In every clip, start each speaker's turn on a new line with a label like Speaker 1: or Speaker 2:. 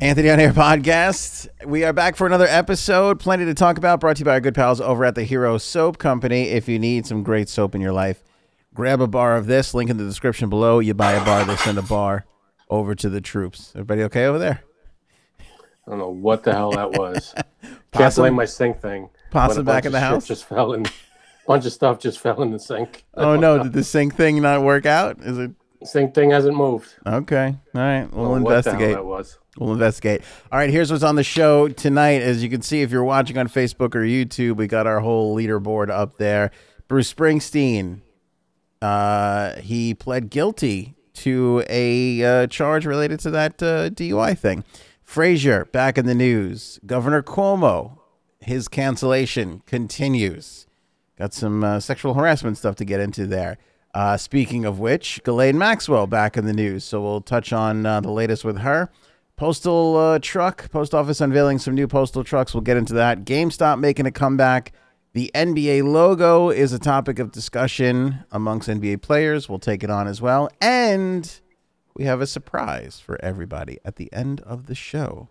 Speaker 1: Anthony on Air podcast. We are back for another episode. Plenty to talk about. Brought to you by our good pals over at the Hero Soap Company. If you need some great soap in your life, grab a bar of this. Link in the description below. You buy a bar, they send a bar over to the troops. Everybody okay over there?
Speaker 2: I don't know what the hell that was. Can't
Speaker 1: Possum?
Speaker 2: blame my sink thing.
Speaker 1: Possum
Speaker 2: When a
Speaker 1: back
Speaker 2: bunch
Speaker 1: in the
Speaker 2: of shit
Speaker 1: house?
Speaker 2: Just fell in. Bunch of stuff just fell in the sink.
Speaker 1: Oh no, did the sink thing not work out? Is it
Speaker 2: Sink thing hasn't moved.
Speaker 1: okay? All right, we'll
Speaker 2: Don't know Oh, what the hell
Speaker 1: investigate.
Speaker 2: that was.
Speaker 1: We'll investigate. All right, here's what's on the show tonight. As you can see, if you're watching on Facebook or YouTube, we got our whole leaderboard up there. Bruce Springsteen, uh, he pled guilty to a uh, charge related to that uh, DUI thing. Frazier, back in the news. Governor Cuomo, his cancellation continues. Got some uh, sexual harassment stuff to get into there. Uh, speaking of which, Ghislaine Maxwell back in the news. So we'll touch on uh, the latest with her. Postal uh, truck, post office unveiling some new postal trucks. We'll get into that. GameStop making a comeback. The NBA logo is a topic of discussion amongst NBA players. We'll take it on as well. And we have a surprise for everybody at the end of the show.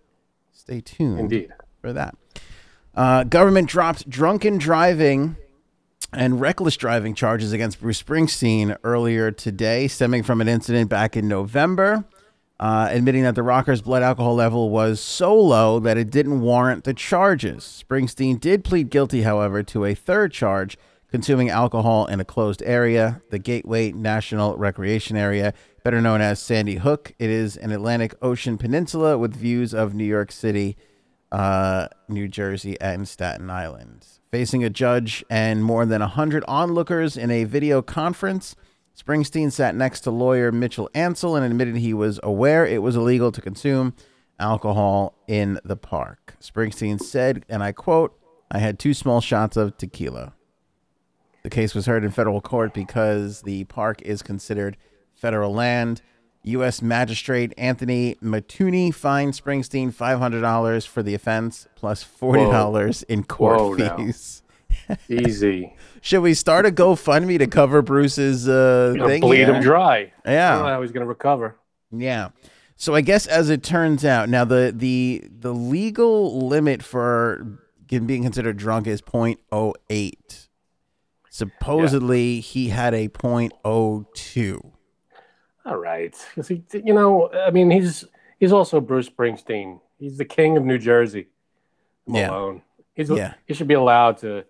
Speaker 1: Stay tuned
Speaker 2: Indeed.
Speaker 1: for that. Uh, government dropped drunken driving and reckless driving charges against Bruce Springsteen earlier today, stemming from an incident back in November, uh, admitting that the rocker's blood alcohol level was so low that it didn't warrant the charges. Springsteen did plead guilty, however, to a third charge consuming alcohol in a closed area, the Gateway National Recreation Area, better known as Sandy Hook. It is an Atlantic Ocean peninsula with views of New York City uh, New Jersey, and Staten Island. Facing a judge and more than 100 onlookers in a video conference, Springsteen sat next to lawyer Mitchell Ansell and admitted he was aware it was illegal to consume alcohol in the park. Springsteen said, and I quote, I had two small shots of tequila. The case was heard in federal court because the park is considered federal land. U.S. Magistrate Anthony Matuni fined Springsteen $500 for the offense plus $40 in court
Speaker 2: Whoa, now.
Speaker 1: fees.
Speaker 2: Easy.
Speaker 1: Should we start a GoFundMe to cover Bruce's uh,
Speaker 2: Gonna
Speaker 1: thing?
Speaker 2: bleed
Speaker 1: here?
Speaker 2: him dry. I don't know
Speaker 1: Yeah.
Speaker 2: how he's gonna recover.
Speaker 1: Yeah. So I guess as it turns out, now the the the legal limit for can- being considered drunk is 0.08. Supposedly he had a 0.02.
Speaker 2: All right. 'Cause he, you know, I mean, he's he's also Bruce Springsteen. He's the king of New Jersey.
Speaker 1: Yeah.
Speaker 2: Malone. He's
Speaker 1: Yeah.
Speaker 2: he should be allowed to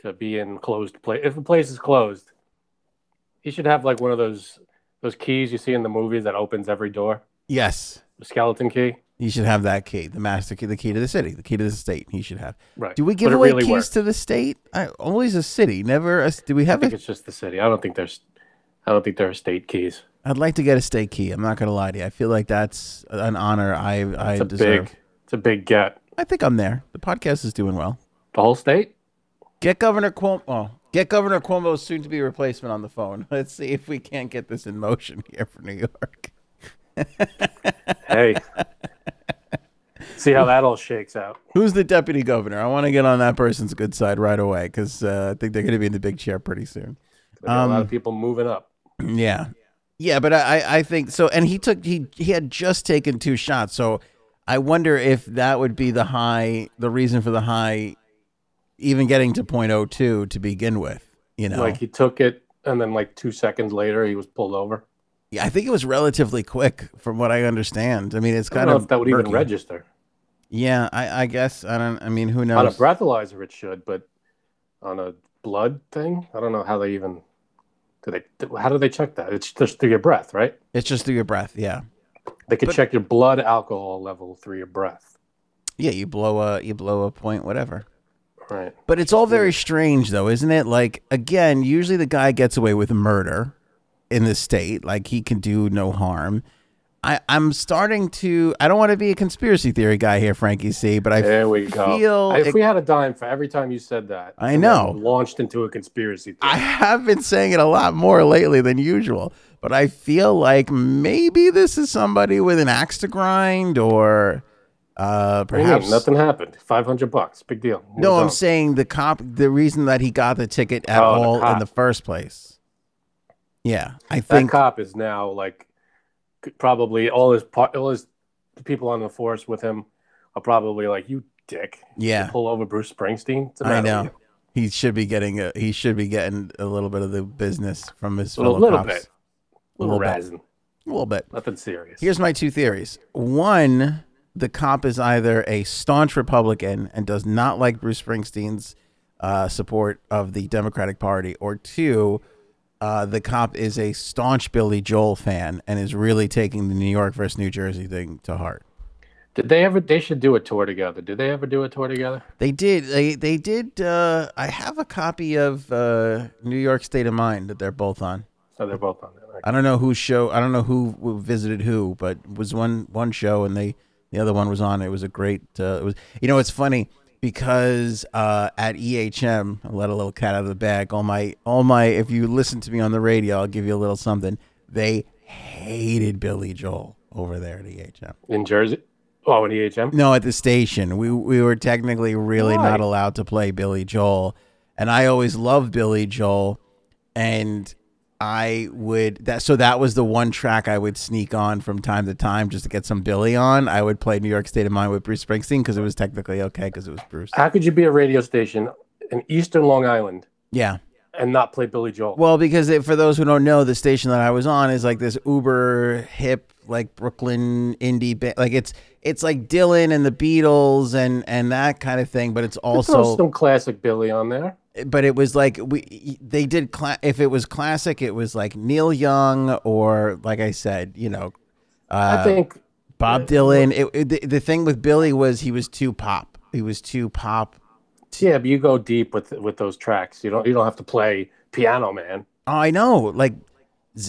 Speaker 2: to be in closed place. If the place is closed, he should have like one of those those keys you see in the movies that opens every door,
Speaker 1: Yes.
Speaker 2: the skeleton key.
Speaker 1: He should have that key, the master key, the key to the city, the key to the state. He should have.
Speaker 2: Right.
Speaker 1: Do we give
Speaker 2: But it
Speaker 1: away
Speaker 2: really
Speaker 1: keys
Speaker 2: worked.
Speaker 1: to the state? I, always a city, never. A, s- do we
Speaker 2: I
Speaker 1: have
Speaker 2: think
Speaker 1: a?
Speaker 2: it's just the city. I don't think there's I don't think there are state keys.
Speaker 1: I'd like to get a state key. I'm not gonna lie to you. I feel like that's an honor I I
Speaker 2: It's a
Speaker 1: deserve.
Speaker 2: big it's a big get.
Speaker 1: I think I'm there. The podcast is doing well.
Speaker 2: The whole state?
Speaker 1: Get Governor Cuomo. Oh, get Governor Cuomo's soon-to-be replacement on the phone. Let's see if we can't get this in motion here for New York.
Speaker 2: Hey. See how that all shakes out.
Speaker 1: Who's the deputy governor? I want to get on that person's good side right away because uh, I think they're going to be in the big chair pretty soon.
Speaker 2: There's a
Speaker 1: Um,
Speaker 2: lot of people moving up.
Speaker 1: Yeah, yeah, but I, I- I think so. And he took he he had just taken two shots, so I wonder if that would be the high, the reason for the high, even getting to .02 to begin with. You know,
Speaker 2: Like he took it and then like two seconds later he was pulled over.
Speaker 1: Yeah, I think it was relatively quick, from what I understand. I mean, it's
Speaker 2: I don't
Speaker 1: kind
Speaker 2: know
Speaker 1: of
Speaker 2: if that would even
Speaker 1: murky.
Speaker 2: register.
Speaker 1: Yeah, I, I guess I don't. I mean, who
Speaker 2: On a
Speaker 1: knows?
Speaker 2: breathalyzer it should, but on a blood thing, I don't know how they even do they how do they check that? It's just through your breath, right?
Speaker 1: It's just through your breath. Yeah,
Speaker 2: They could
Speaker 1: But-
Speaker 2: check your blood alcohol level through your breath.
Speaker 1: yeah. You blow a you blow a point, whatever.
Speaker 2: Right.
Speaker 1: But it's all very strange, though, isn't it? Like again, usually the guy gets away with murder in the state. Like he can do no harm. I, I'm starting to. I don't want to be a conspiracy theory guy here, Frankie C. But I
Speaker 2: There we go.
Speaker 1: feel
Speaker 2: if
Speaker 1: it-
Speaker 2: we had a dime for every time you said that,
Speaker 1: I
Speaker 2: and
Speaker 1: know.
Speaker 2: then Launched into a conspiracy theory.
Speaker 1: I have been saying it a lot more lately than usual, but I feel like maybe this is somebody with an axe to grind or uh,
Speaker 2: What do you mean?
Speaker 1: perhaps.
Speaker 2: nothing happened. Five hundred bucks, big deal.
Speaker 1: No,
Speaker 2: Moves
Speaker 1: I'm
Speaker 2: on.
Speaker 1: saying the cop, the reason that he got the ticket at
Speaker 2: Oh, the
Speaker 1: all in
Speaker 2: cop.
Speaker 1: the first place. Yeah, I
Speaker 2: that
Speaker 1: think.
Speaker 2: cop is now like c- probably all his par- all his the people on the force with him are probably like, "You dick,
Speaker 1: Yeah,
Speaker 2: pull over Bruce Springsteen." What's the
Speaker 1: I
Speaker 2: matter with
Speaker 1: know.
Speaker 2: you?
Speaker 1: He should be getting a he should be getting a little bit of the business from his
Speaker 2: Little-
Speaker 1: fellow
Speaker 2: little
Speaker 1: cops.
Speaker 2: bit. little,
Speaker 1: little bit.
Speaker 2: razzing,
Speaker 1: A little bit.
Speaker 2: nothing serious.
Speaker 1: Here's my two theories. One, the cop is either a staunch Republican and does not like Bruce Springsteen's uh, support of the Democratic Party, or two, uh, the cop is a staunch Billy Joel fan and is really taking the New York versus New Jersey thing to heart.
Speaker 2: Did they ever? They should do a tour together. Did they ever do a tour together?
Speaker 1: They did. They they did. Uh, I have a copy of uh, New York State of Mind that they're both on.
Speaker 2: So they're both on there. Like,
Speaker 1: I don't know who show. I don't know who w- visited who, but it was one one show and they the other one was on. It was a great. Uh, it was you know it's funny because uh, at EHM, I let a little cat out of the bag. All my all my. If you listen to me on the radio, I'll give you a little something. They hated Billy Joel over there at EHM.
Speaker 2: in Jersey. Oh, in EHM.
Speaker 1: No, at the station. We we were technically really
Speaker 2: Why?
Speaker 1: not allowed to play Billy Joel, and I always loved Billy Joel, and I would that so that was the one track I would sneak on from time to time just to get some Billy on. I would play New York State of Mind with Bruce Springsteen because it was technically okay because it was Bruce.
Speaker 2: How could you be a radio station in Eastern Long Island
Speaker 1: Yeah.
Speaker 2: and not play Billy Joel?
Speaker 1: Well, because it, for those who don't know, the station that I was on is like this uber hip, like Brooklyn indie, ba- like it's it's like Dylan and the Beatles and and that kind of thing, but it's
Speaker 2: You
Speaker 1: also
Speaker 2: throw some classic Billy on there.
Speaker 1: but it was like we they did cla- if it was classic it was like neil young or like i said you know uh,
Speaker 2: I think
Speaker 1: bob dylan it, it- the, the thing with billy was he was too pop he was too pop
Speaker 2: yeah, but you go deep with with those tracks. You don't you don't have to play Piano Man.
Speaker 1: oh, i know like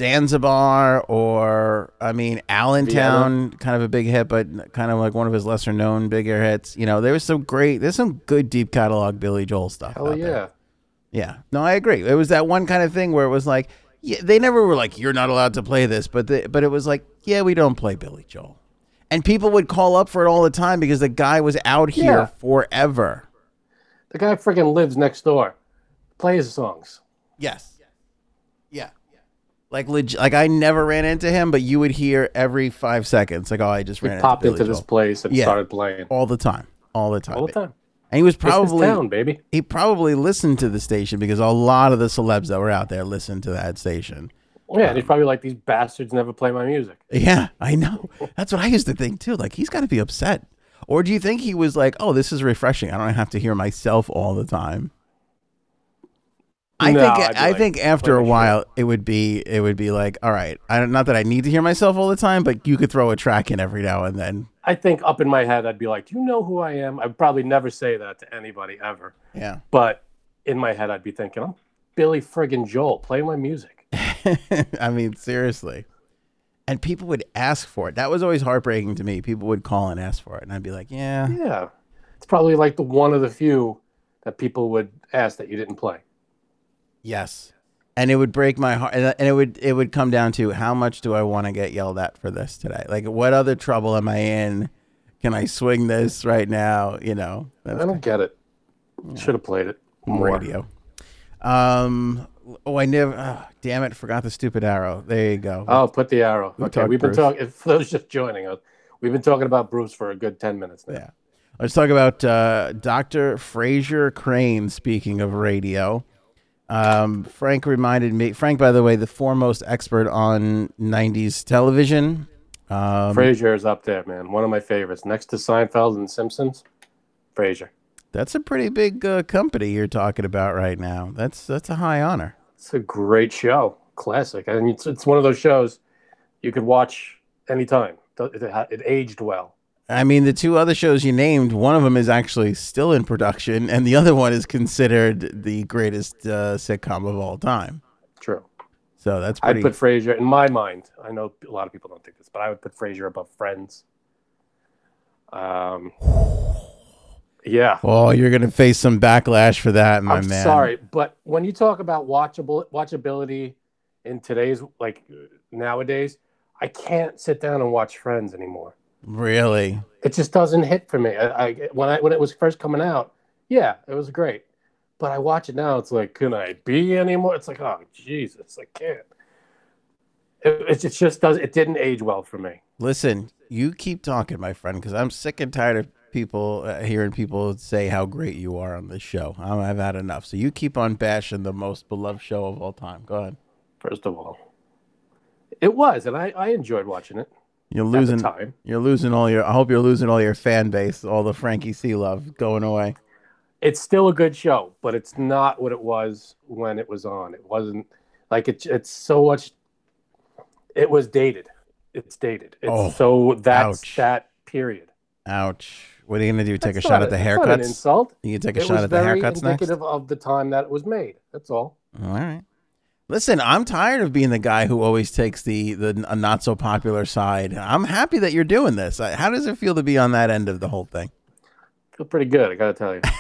Speaker 1: zanzibar or i mean allentown kind of a big hit but kind of like one of his lesser known bigger hits you know there was some great there's some good deep catalog billy joel stuff
Speaker 2: Hell
Speaker 1: out
Speaker 2: yeah.
Speaker 1: there. Yeah. No, I agree. It was that one kind of thing where it was like, yeah, they never were like, you're not allowed to play this, but the, but it was like, yeah, we don't play Billy Joel, and people would call up for it all the time because the guy was out here
Speaker 2: Yeah.
Speaker 1: forever.
Speaker 2: The guy freaking lives next door. Play his songs.
Speaker 1: Yes. Yeah. Like leg- like I never ran into him, but you would hear every five seconds, like, oh, I just
Speaker 2: He
Speaker 1: ran
Speaker 2: popped
Speaker 1: into,
Speaker 2: into
Speaker 1: Billy
Speaker 2: this
Speaker 1: Joel.
Speaker 2: place and
Speaker 1: Yeah.
Speaker 2: started playing
Speaker 1: all the time, all the time,
Speaker 2: all the time.
Speaker 1: and he was
Speaker 2: Probably
Speaker 1: probably
Speaker 2: town, baby.
Speaker 1: he probably listened to the station because a lot of the celebs that were out there listened to that station.
Speaker 2: Yeah, and he's probably like these bastards never play my music.
Speaker 1: Yeah, I know. That's what I used to think too. Like he's got to be upset. Or do you think he was like, "Oh, this is refreshing. I don't have to hear myself all the time." I
Speaker 2: No, I'd
Speaker 1: think
Speaker 2: be
Speaker 1: I
Speaker 2: like,
Speaker 1: think after a
Speaker 2: "Play my shit."
Speaker 1: while it would be it would be like, "All right, I don't not that I need to hear myself all the time, but you could throw a track in every now and then."
Speaker 2: I think up in my head I'd be like, Do you know who I am? I'd probably never say that to anybody ever.
Speaker 1: Yeah.
Speaker 2: But in my head I'd be thinking, I'm Billy friggin' Joel, play my music.
Speaker 1: I mean, seriously. And people would ask for it. That was always heartbreaking to me. People would call and ask for it, and I'd be like, "Yeah,
Speaker 2: Yeah. It's probably like the one of the few that people would ask that you didn't play.
Speaker 1: Yes. And it would break my heart and and it would it would come down to how much do I want to get yelled at for this today? Like what other trouble am I in? Can I swing this right now, you know?
Speaker 2: I don't get it. Should have played it more.
Speaker 1: radio. Um oh I never oh, damn it, forgot the stupid arrow. There you go.
Speaker 2: Oh, put the arrow. Okay,
Speaker 1: talked
Speaker 2: we've been
Speaker 1: Bruce?
Speaker 2: talking. For those just joining us, we've been talking about Bruce for a good ten minutes now.
Speaker 1: Yeah. Let's talk about uh, Dr. Fraser Crane, speaking of radio. Um, Frank reminded me, Frank, by the way, the foremost expert on 90s television. Um,
Speaker 2: Frasier is up there, man. One of my favorites, next to Seinfeld and Simpsons. Frasier.
Speaker 1: That's a pretty big uh, company you're talking about right now. That's that's a high honor.
Speaker 2: It's a great show, classic, and it's, it's one of those shows you could watch anytime. It, it, it aged well.
Speaker 1: I mean, the two other shows you named, one of them is actually still in production, and the other one is considered the greatest uh, sitcom of all time.
Speaker 2: True.
Speaker 1: So that's
Speaker 2: I'd
Speaker 1: pretty.
Speaker 2: put Frasier in my mind. I know a lot of people don't think this, but I would put Frasier above Friends. Um, yeah,
Speaker 1: oh, you're gonna face some backlash for that, my
Speaker 2: I'm
Speaker 1: man.
Speaker 2: sorry, but when you talk about watchable watchability in today's like nowadays, I can't sit down and watch Friends anymore.
Speaker 1: Really?
Speaker 2: It just doesn't hit for me. I, I when I when it was first coming out, yeah, it was great, but I watch it now. It's like, can I be anymore? It's like, oh Jesus, I can't. It, it just does. It didn't age well for me.
Speaker 1: Listen, you keep talking, my friend, because I'm sick and tired of people uh, hearing people say how great you are on this show. i I've had enough. So you keep on bashing the most beloved show of all time. Go ahead.
Speaker 2: First of all, it was, and I, I enjoyed watching it
Speaker 1: You're
Speaker 2: at the
Speaker 1: losing.
Speaker 2: time.
Speaker 1: You're losing all your. I hope you're losing all your fan base. All the Frankie C love going away.
Speaker 2: It's still a good show, but it's not what it was when it was on. It wasn't like it, it's so much. It was dated. It's dated. It's
Speaker 1: Oh,
Speaker 2: so that's
Speaker 1: ouch.
Speaker 2: that period.
Speaker 1: Ouch. What are you gonna do? Take
Speaker 2: That's
Speaker 1: a shot
Speaker 2: not
Speaker 1: at the
Speaker 2: that's not an
Speaker 1: haircuts?
Speaker 2: insult.
Speaker 1: You can take a
Speaker 2: it
Speaker 1: shot
Speaker 2: was
Speaker 1: at the
Speaker 2: very
Speaker 1: haircuts next.
Speaker 2: indicative of the time that it was made. That's all.
Speaker 1: All right. Listen, I'm tired of being the guy who always takes the the n- not so popular side. I'm happy that you're doing this. I- How does it feel to be on that end of the whole thing?
Speaker 2: feel pretty good. I gotta tell you. you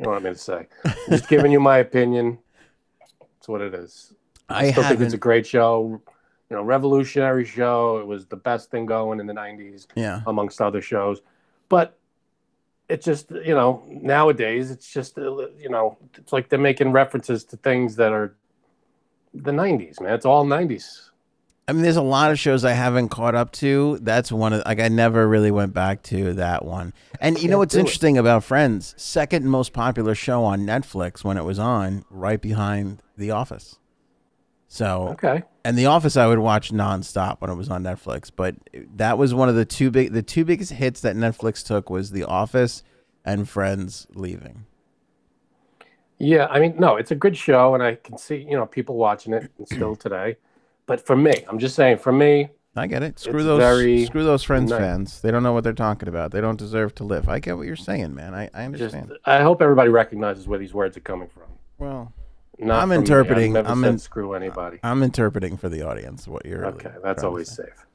Speaker 2: know what I'm gonna say? I'm just giving you my opinion. That's what it is.
Speaker 1: I
Speaker 2: Still think it's a
Speaker 1: haven't.
Speaker 2: great show. You know, revolutionary show. It was the best thing going in the '90s,
Speaker 1: Yeah.
Speaker 2: amongst other shows. But it's just you know nowadays it's just uh, you know it's like they're making references to things that are the '90s, man. It's all '90s.
Speaker 1: I mean, there's a lot of shows I haven't caught up to. That's one of like I never really went back to that one. And you know
Speaker 2: Can't
Speaker 1: what's
Speaker 2: do it.
Speaker 1: interesting about Friends? Second most popular show on Netflix when it was on, right behind The Office. So
Speaker 2: Okay.
Speaker 1: and The Office I would watch nonstop when it was on Netflix. But that was one of the two big the two biggest hits that Netflix took was The Office and Friends leaving.
Speaker 2: Yeah, I mean, no, it's a good show, and I can see you know people watching it still today. But for me, I'm just saying, for me,
Speaker 1: I get it. Screw
Speaker 2: It's
Speaker 1: those
Speaker 2: very
Speaker 1: screw those Friends
Speaker 2: nice.
Speaker 1: fans. They don't know what they're talking about. They don't deserve to live. I get what you're saying, man. I, I
Speaker 2: just
Speaker 1: understand.
Speaker 2: I hope everybody recognizes where these words are coming from.
Speaker 1: well,
Speaker 2: Not
Speaker 1: I'm
Speaker 2: from me. I've
Speaker 1: interpreting-
Speaker 2: never
Speaker 1: I'm
Speaker 2: said
Speaker 1: in-
Speaker 2: screw anybody.
Speaker 1: I'm interpreting for the audience what you're really
Speaker 2: okay,
Speaker 1: trying
Speaker 2: that's
Speaker 1: to
Speaker 2: always
Speaker 1: say.
Speaker 2: safe.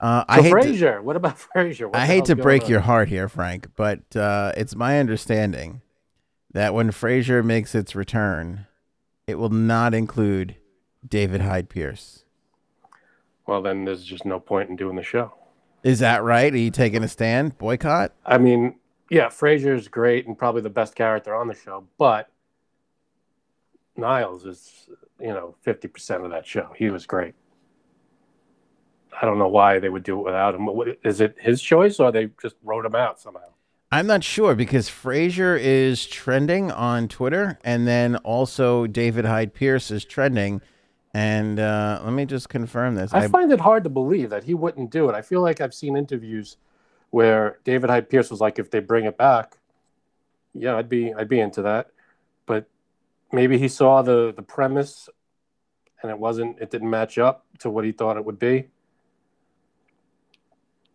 Speaker 1: Uh, I
Speaker 2: So
Speaker 1: hate to,
Speaker 2: Frasier, what about Frasier? What
Speaker 1: I
Speaker 2: the
Speaker 1: hate
Speaker 2: hell's
Speaker 1: to
Speaker 2: going
Speaker 1: break
Speaker 2: on?
Speaker 1: your heart here, Frank, but uh, it's my understanding that when Frasier makes its return, it will not include David Hyde Pierce.
Speaker 2: Well, then there's just no point in doing the show.
Speaker 1: Is that right? Are you taking a stand? Boycott?
Speaker 2: I mean, yeah, Frasier's great and probably the best character on the show, but Niles is, you know, 50% of that show. He was great. I don't know why they would do it without him. What- Is it his choice or they just wrote him out somehow?
Speaker 1: I'm not sure because Frasier is trending on Twitter, and then also David Hyde Pierce is trending. And uh, let me just confirm this.
Speaker 2: I
Speaker 1: I-
Speaker 2: find it hard to believe that he wouldn't do it. I feel like I've seen interviews where David Hyde Pierce was like, if they bring it back, yeah, I'd be I'd be into that. But maybe he saw the the premise and it wasn't it didn't match up to what he thought it would be.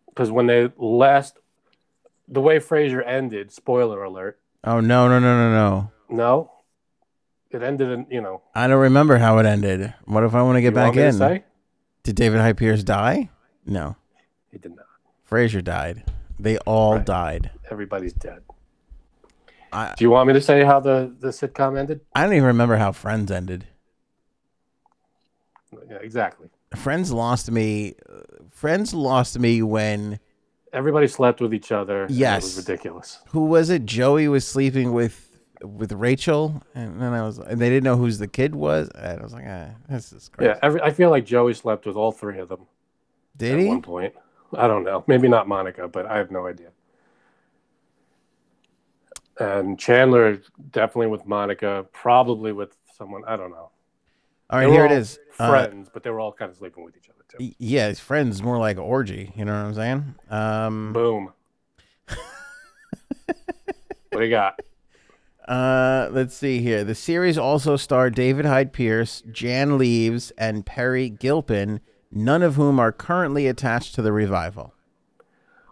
Speaker 2: Because when they last the way Frasier ended, spoiler alert,
Speaker 1: oh no no no no no!
Speaker 2: no. It ended in you know
Speaker 1: I don't remember how it ended. What if I want to get
Speaker 2: you
Speaker 1: back
Speaker 2: want me to
Speaker 1: in?
Speaker 2: say?
Speaker 1: Did David Hyde Pierce die? No.
Speaker 2: He did not.
Speaker 1: Frasier died. They all
Speaker 2: Right.
Speaker 1: died.
Speaker 2: Everybody's dead.
Speaker 1: I-
Speaker 2: Do you want me to say how the, the sitcom ended?
Speaker 1: I don't even remember how Friends ended.
Speaker 2: Yeah, exactly.
Speaker 1: Friends lost me. uh, Friends lost me when
Speaker 2: Everybody slept with each other. and
Speaker 1: Yes.
Speaker 2: it was ridiculous.
Speaker 1: who was it? Joey was sleeping with with Rachel, and then I was, and they didn't know who's the kid was. And I was like, ah, this is crazy.
Speaker 2: Yeah, every, I feel like Joey slept with all three of them
Speaker 1: Did
Speaker 2: at
Speaker 1: he?
Speaker 2: one point. I don't know. Maybe not Monica, but I have no idea. And Chandler definitely with Monica, probably with someone. I don't know.
Speaker 1: All
Speaker 2: They
Speaker 1: right,
Speaker 2: were
Speaker 1: here it
Speaker 2: all
Speaker 1: is. Uh,
Speaker 2: Friends, but they were all kind of sleeping with each other too.
Speaker 1: y- yeah, it's Friends more like orgy. You know what I'm saying? Um,
Speaker 2: Boom. what do you got?
Speaker 1: uh, let's see here. The series also starred David Hyde Pierce, Jan Leaves, and Perry Gilpin, none of whom are currently attached to the revival.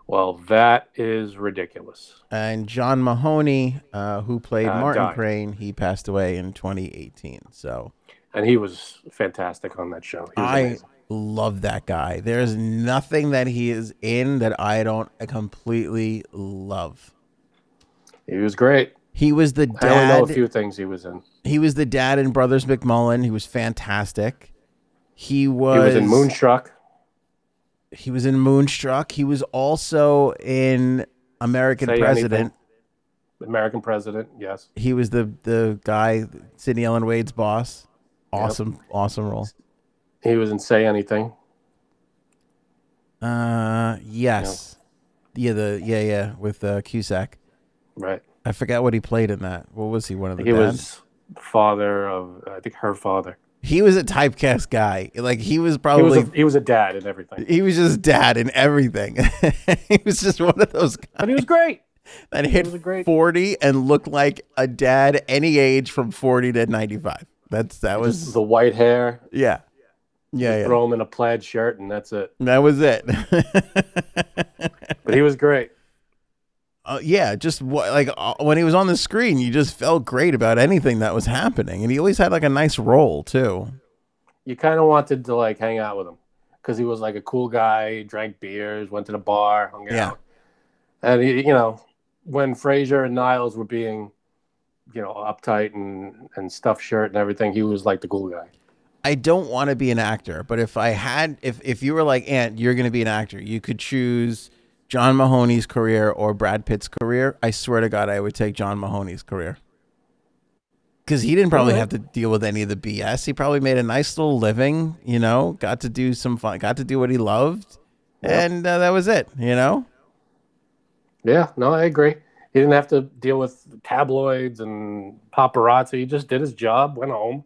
Speaker 2: Well, that is ridiculous.
Speaker 1: and John Mahoney, uh, who played
Speaker 2: Uh,
Speaker 1: Martin
Speaker 2: died.
Speaker 1: Crane, he passed away in 2018. So
Speaker 2: And he was fantastic on that show. He was
Speaker 1: I
Speaker 2: amazing.
Speaker 1: love that guy. There's nothing that he is in that I don't completely love.
Speaker 2: He was great.
Speaker 1: He was the
Speaker 2: I only know a
Speaker 1: dad.
Speaker 2: few things he was in.
Speaker 1: he was the dad in Brothers McMullen. He was fantastic. He was.
Speaker 2: He was in Moonstruck.
Speaker 1: He was in Moonstruck. He was also in American
Speaker 2: Say
Speaker 1: President.
Speaker 2: Anything. American President, yes.
Speaker 1: He was the the guy Sidney Ellen Wade's boss. Awesome, awesome role.
Speaker 2: He was in Say Anything.
Speaker 1: Uh, yes. Yeah, the yeah yeah with uh, Cusack.
Speaker 2: Right.
Speaker 1: I forgot what he played in that. What was he? One of the
Speaker 2: He
Speaker 1: dads?
Speaker 2: was father of I think her father.
Speaker 1: He was a typecast guy. Oh, Like he was
Speaker 2: He was
Speaker 1: probably
Speaker 2: a, he was a dad and everything,
Speaker 1: he was just dad in everything. he was just one of those guys
Speaker 2: but he was great.
Speaker 1: that hit
Speaker 2: was a great-
Speaker 1: 40 and looked like a dad any age from 40 to 95. That's that was
Speaker 2: The white hair,
Speaker 1: yeah. Yeah, yeah.
Speaker 2: throw him in a plaid shirt, and that's it.
Speaker 1: That was it.
Speaker 2: But he was great.
Speaker 1: Uh, yeah, just wha- like uh, when he was on the screen, you just felt great about anything that was happening and he always had like a nice role too.
Speaker 2: You kind of wanted to like hang out with him because he was like a cool guy. Drank beers, went to the bar, hung
Speaker 1: Yeah.
Speaker 2: out, and he, you know when Frazier and Niles were being, you know, uptight and and stuffed shirt and everything, he was like the cool guy.
Speaker 1: I don't want to be an actor, but if I had, if if you were like, Aunt, you're going to be an actor, you could choose John Mahoney's career or Brad Pitt's career. I swear to God, I would take John Mahoney's career because he didn't probably
Speaker 2: Alright.
Speaker 1: have to deal with any of the BS. He probably made a nice little living, you know, got to do some fun, got to do what he loved, and uh, that was it, you know.
Speaker 2: Yeah, no, I agree. He didn't have to deal with tabloids and paparazzi. He just did his job, went home,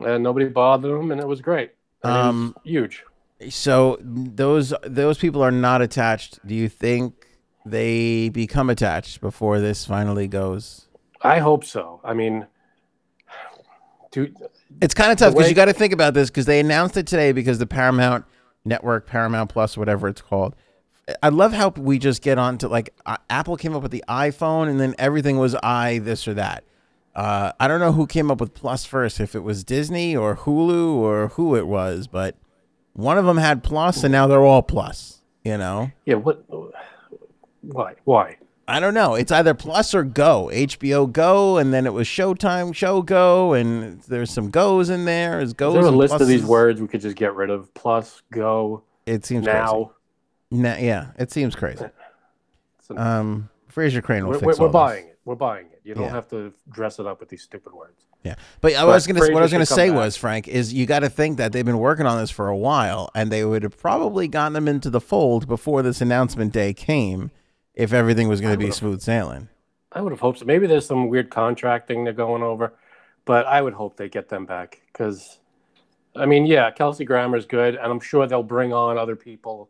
Speaker 2: and nobody bothered him, and it was great. And it was
Speaker 1: Um,
Speaker 2: huge.
Speaker 1: So those those people are not attached. Do you think they become attached before this finally goes?
Speaker 2: I hope so. I mean, dude,
Speaker 1: It's kind of tough because
Speaker 2: way-
Speaker 1: you got to think about this because they announced it today because the Paramount Network, Paramount Plus, whatever it's called. I love how we just get on to like uh, Apple came up with the iPhone and then everything was i this or that. Uh, I don't know who came up with Plus first, if it was Disney or Hulu or who it was, but one of them had Plus and now they're all Plus. You know,
Speaker 2: yeah, what? Why? Why?
Speaker 1: I don't know. It's either Plus or Go, HBO Go, and then it was Showtime Show Go, and there's some Go's in there. Is Go's
Speaker 2: Is there a
Speaker 1: and
Speaker 2: list of these
Speaker 1: Pluses.
Speaker 2: words we could just get rid of? Plus, go
Speaker 1: It seems crazy.
Speaker 2: now.
Speaker 1: Na- yeah, it seems crazy.
Speaker 2: It's an-
Speaker 1: Um, Fraser Crane will
Speaker 2: we're we're,
Speaker 1: fix all
Speaker 2: we're
Speaker 1: this.
Speaker 2: buying it. We're buying it. You don't
Speaker 1: Yeah.
Speaker 2: have to dress it up with these stupid words.
Speaker 1: Yeah, but I was gonna what I
Speaker 2: Frasier
Speaker 1: was gonna
Speaker 2: should come
Speaker 1: say
Speaker 2: back.
Speaker 1: was Frank is you got to think that they've been working on this for a while, and they would have probably gotten them into the fold before this announcement day came, if everything was gonna be smooth sailing.
Speaker 2: I would have hoped so. Maybe there's some weird contracting they're going over, but I would hope they get them back because, I mean, yeah, Kelsey Grammer's good, and I'm sure they'll bring on other people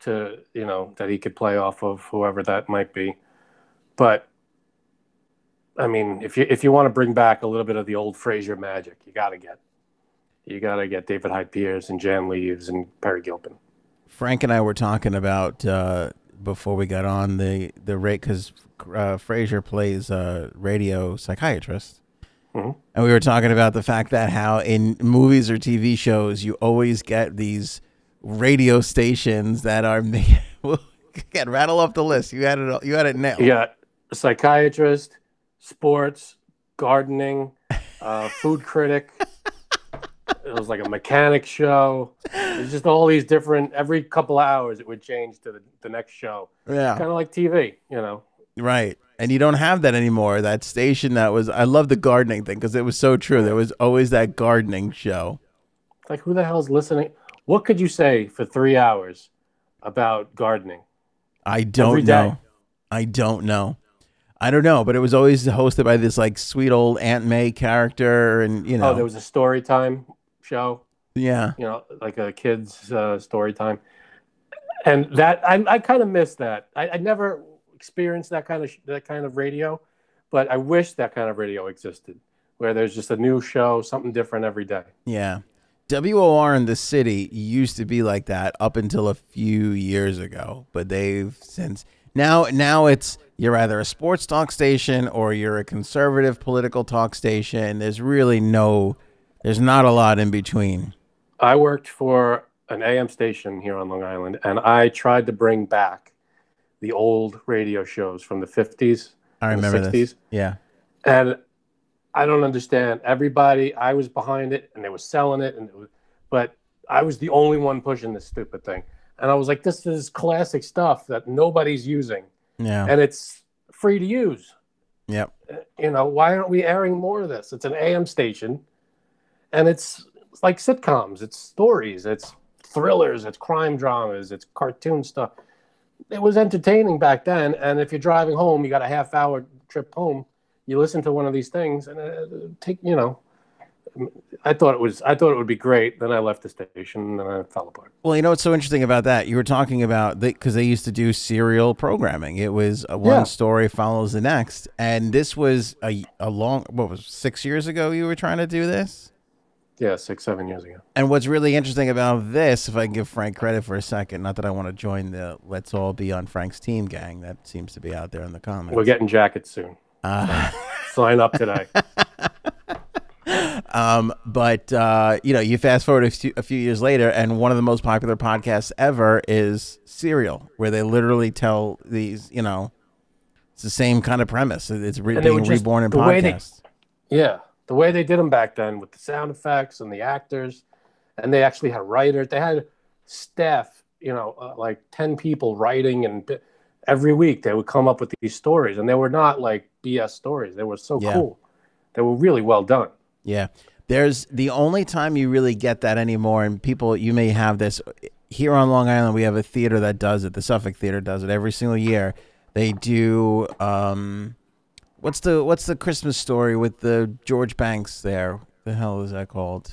Speaker 2: to, you know, that he could play off of, whoever that might be. But I mean, if you if you want to bring back a little bit of the old Frasier magic, you got to get you got to get David Hyde Pierce and Jan Leaves and Perry Gilpin.
Speaker 1: Frank and I were talking about uh, before we got on the the rate because uh, Fraser plays a radio psychiatrist,
Speaker 2: Mhm.
Speaker 1: and we were talking about the fact that how in movies or TV shows you always get these radio stations that are made. Again, rattle off the list. You had it. All, you had it nailed.
Speaker 2: You got a psychiatrist, sports, gardening, uh, food critic. it was like a mechanic show. It's just all these different. Every couple of hours, it would change to the, the next show.
Speaker 1: Yeah.
Speaker 2: Kind of like TV, you know.
Speaker 1: Right. And you don't have that anymore. That station that was. I love the gardening thing because it was so true. There was always that gardening show.
Speaker 2: It's Like who the hell is listening? What could you say for three hours about gardening?
Speaker 1: I don't
Speaker 2: Every day.
Speaker 1: know. I don't know. I don't know, but it was always hosted by this like sweet old Aunt May character, and you know,
Speaker 2: Oh, there was a story time show.
Speaker 1: yeah,
Speaker 2: you know, like a kid's uh, story time. And that I, I kind of miss that. I, I never experienced that kind of sh- that kind of radio, but I wish that kind of radio existed, where there's just a new show, something different every day.
Speaker 1: yeah. WOR in the city used to be like that up until a few years ago, but they've since now now it's you're either a sports talk station or you're a conservative political talk station. There's really no, there's not a lot in between.
Speaker 2: I worked for an AM station here on Long Island, and I tried to bring back the old radio shows from the 50s
Speaker 1: I
Speaker 2: In the
Speaker 1: remember this.
Speaker 2: 60s?
Speaker 1: Yeah,
Speaker 2: and I don't understand. Everybody, I was behind it, and they were selling it, and it was, but I was the only one pushing this stupid thing. And I was like, this is classic stuff that nobody's using,
Speaker 1: yeah,
Speaker 2: and it's free to use.
Speaker 1: yep.
Speaker 2: You know, why aren't we airing more of this? It's an AM station, and it's, it's like sitcoms. It's stories. It's thrillers, it's crime dramas, it's cartoon stuff. It was entertaining back then. And if you're driving home, you got a half hour trip home, you listen to one of these things and uh, take, you know, I thought it was I thought it would be great. Then I left the station and then I fell apart.
Speaker 1: Well, you know what's so interesting about that? You were talking about because they used to do serial programming. It was a one
Speaker 2: Yeah.
Speaker 1: story follows the next, and this was a a long what was it, six years ago. You were trying to do this,
Speaker 2: Yeah, six seven years ago.
Speaker 1: and what's really interesting about this, if I can give Frank credit for a second, not that I want to join the "Let's all be on Frank's team" gang that seems to be out there in the comments.
Speaker 2: We're getting jackets soon.
Speaker 1: Uh,
Speaker 2: Sign up today.
Speaker 1: Um, but uh, you know, you fast forward a few, a few years later, and one of the most popular podcasts ever is Serial, where they literally tell these. You know, it's the same kind of premise. It- It's re-
Speaker 2: And they
Speaker 1: being
Speaker 2: were just-
Speaker 1: reborn in
Speaker 2: the way they-
Speaker 1: podcasts.
Speaker 2: yeah, the way they did them back then with the sound effects and the actors, and they actually had writers. They had staff. You know, uh, like ten people writing and. bi- Every week they would come up with these stories, and they were not like BS stories. They were so
Speaker 1: Yeah.
Speaker 2: cool. They were really well done.
Speaker 1: Yeah. There's the only time you really get that anymore, and people, you may have this here on Long Island. We have a theater that does it. The Suffolk Theater does it every single year. They do. Um, what's the what's the Christmas story with the George Banks there? The hell is that called?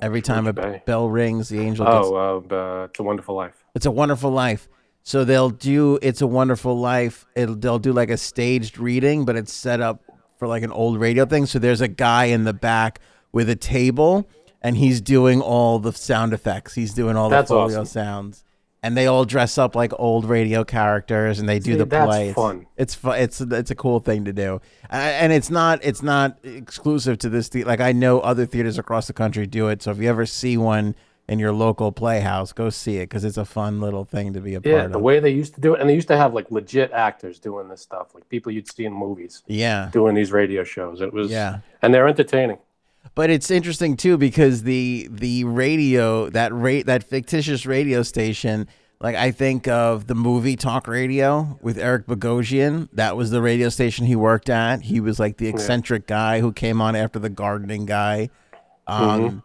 Speaker 1: Every time a
Speaker 2: Bay.
Speaker 1: bell rings, the angel. Gets,
Speaker 2: Oh, uh, uh, it's a wonderful life.
Speaker 1: it's a Wonderful Life. So they'll do It's a Wonderful Life. It'll they'll do like a staged reading, but it's set up for like an old radio thing. So there's a guy in the back with a table and he's doing all the sound effects. He's doing all
Speaker 2: That's
Speaker 1: the folio
Speaker 2: awesome.
Speaker 1: sounds. And they all dress up like old radio characters and they do
Speaker 2: See,
Speaker 1: the
Speaker 2: that's
Speaker 1: play. It's-
Speaker 2: fun.
Speaker 1: It's fun. It's it's a cool thing to do. A- And it's not it's not exclusive to this the- like I know other theaters across the country do it. So if you ever see one in your local playhouse, go see it cuz it's a fun little thing to be a
Speaker 2: Yeah,
Speaker 1: part
Speaker 2: the
Speaker 1: of.
Speaker 2: way they used to do it, and they used to have like legit actors doing this stuff, like people you'd see in movies
Speaker 1: yeah.
Speaker 2: doing these radio shows. It was,
Speaker 1: Yeah.
Speaker 2: and they're entertaining.
Speaker 1: But it's interesting too because the the radio that rate that fictitious radio station. Like I think of the movie Talk Radio with Eric Bogosian. That was the radio station he worked at. He was like the eccentric guy who came on after the gardening guy. Um,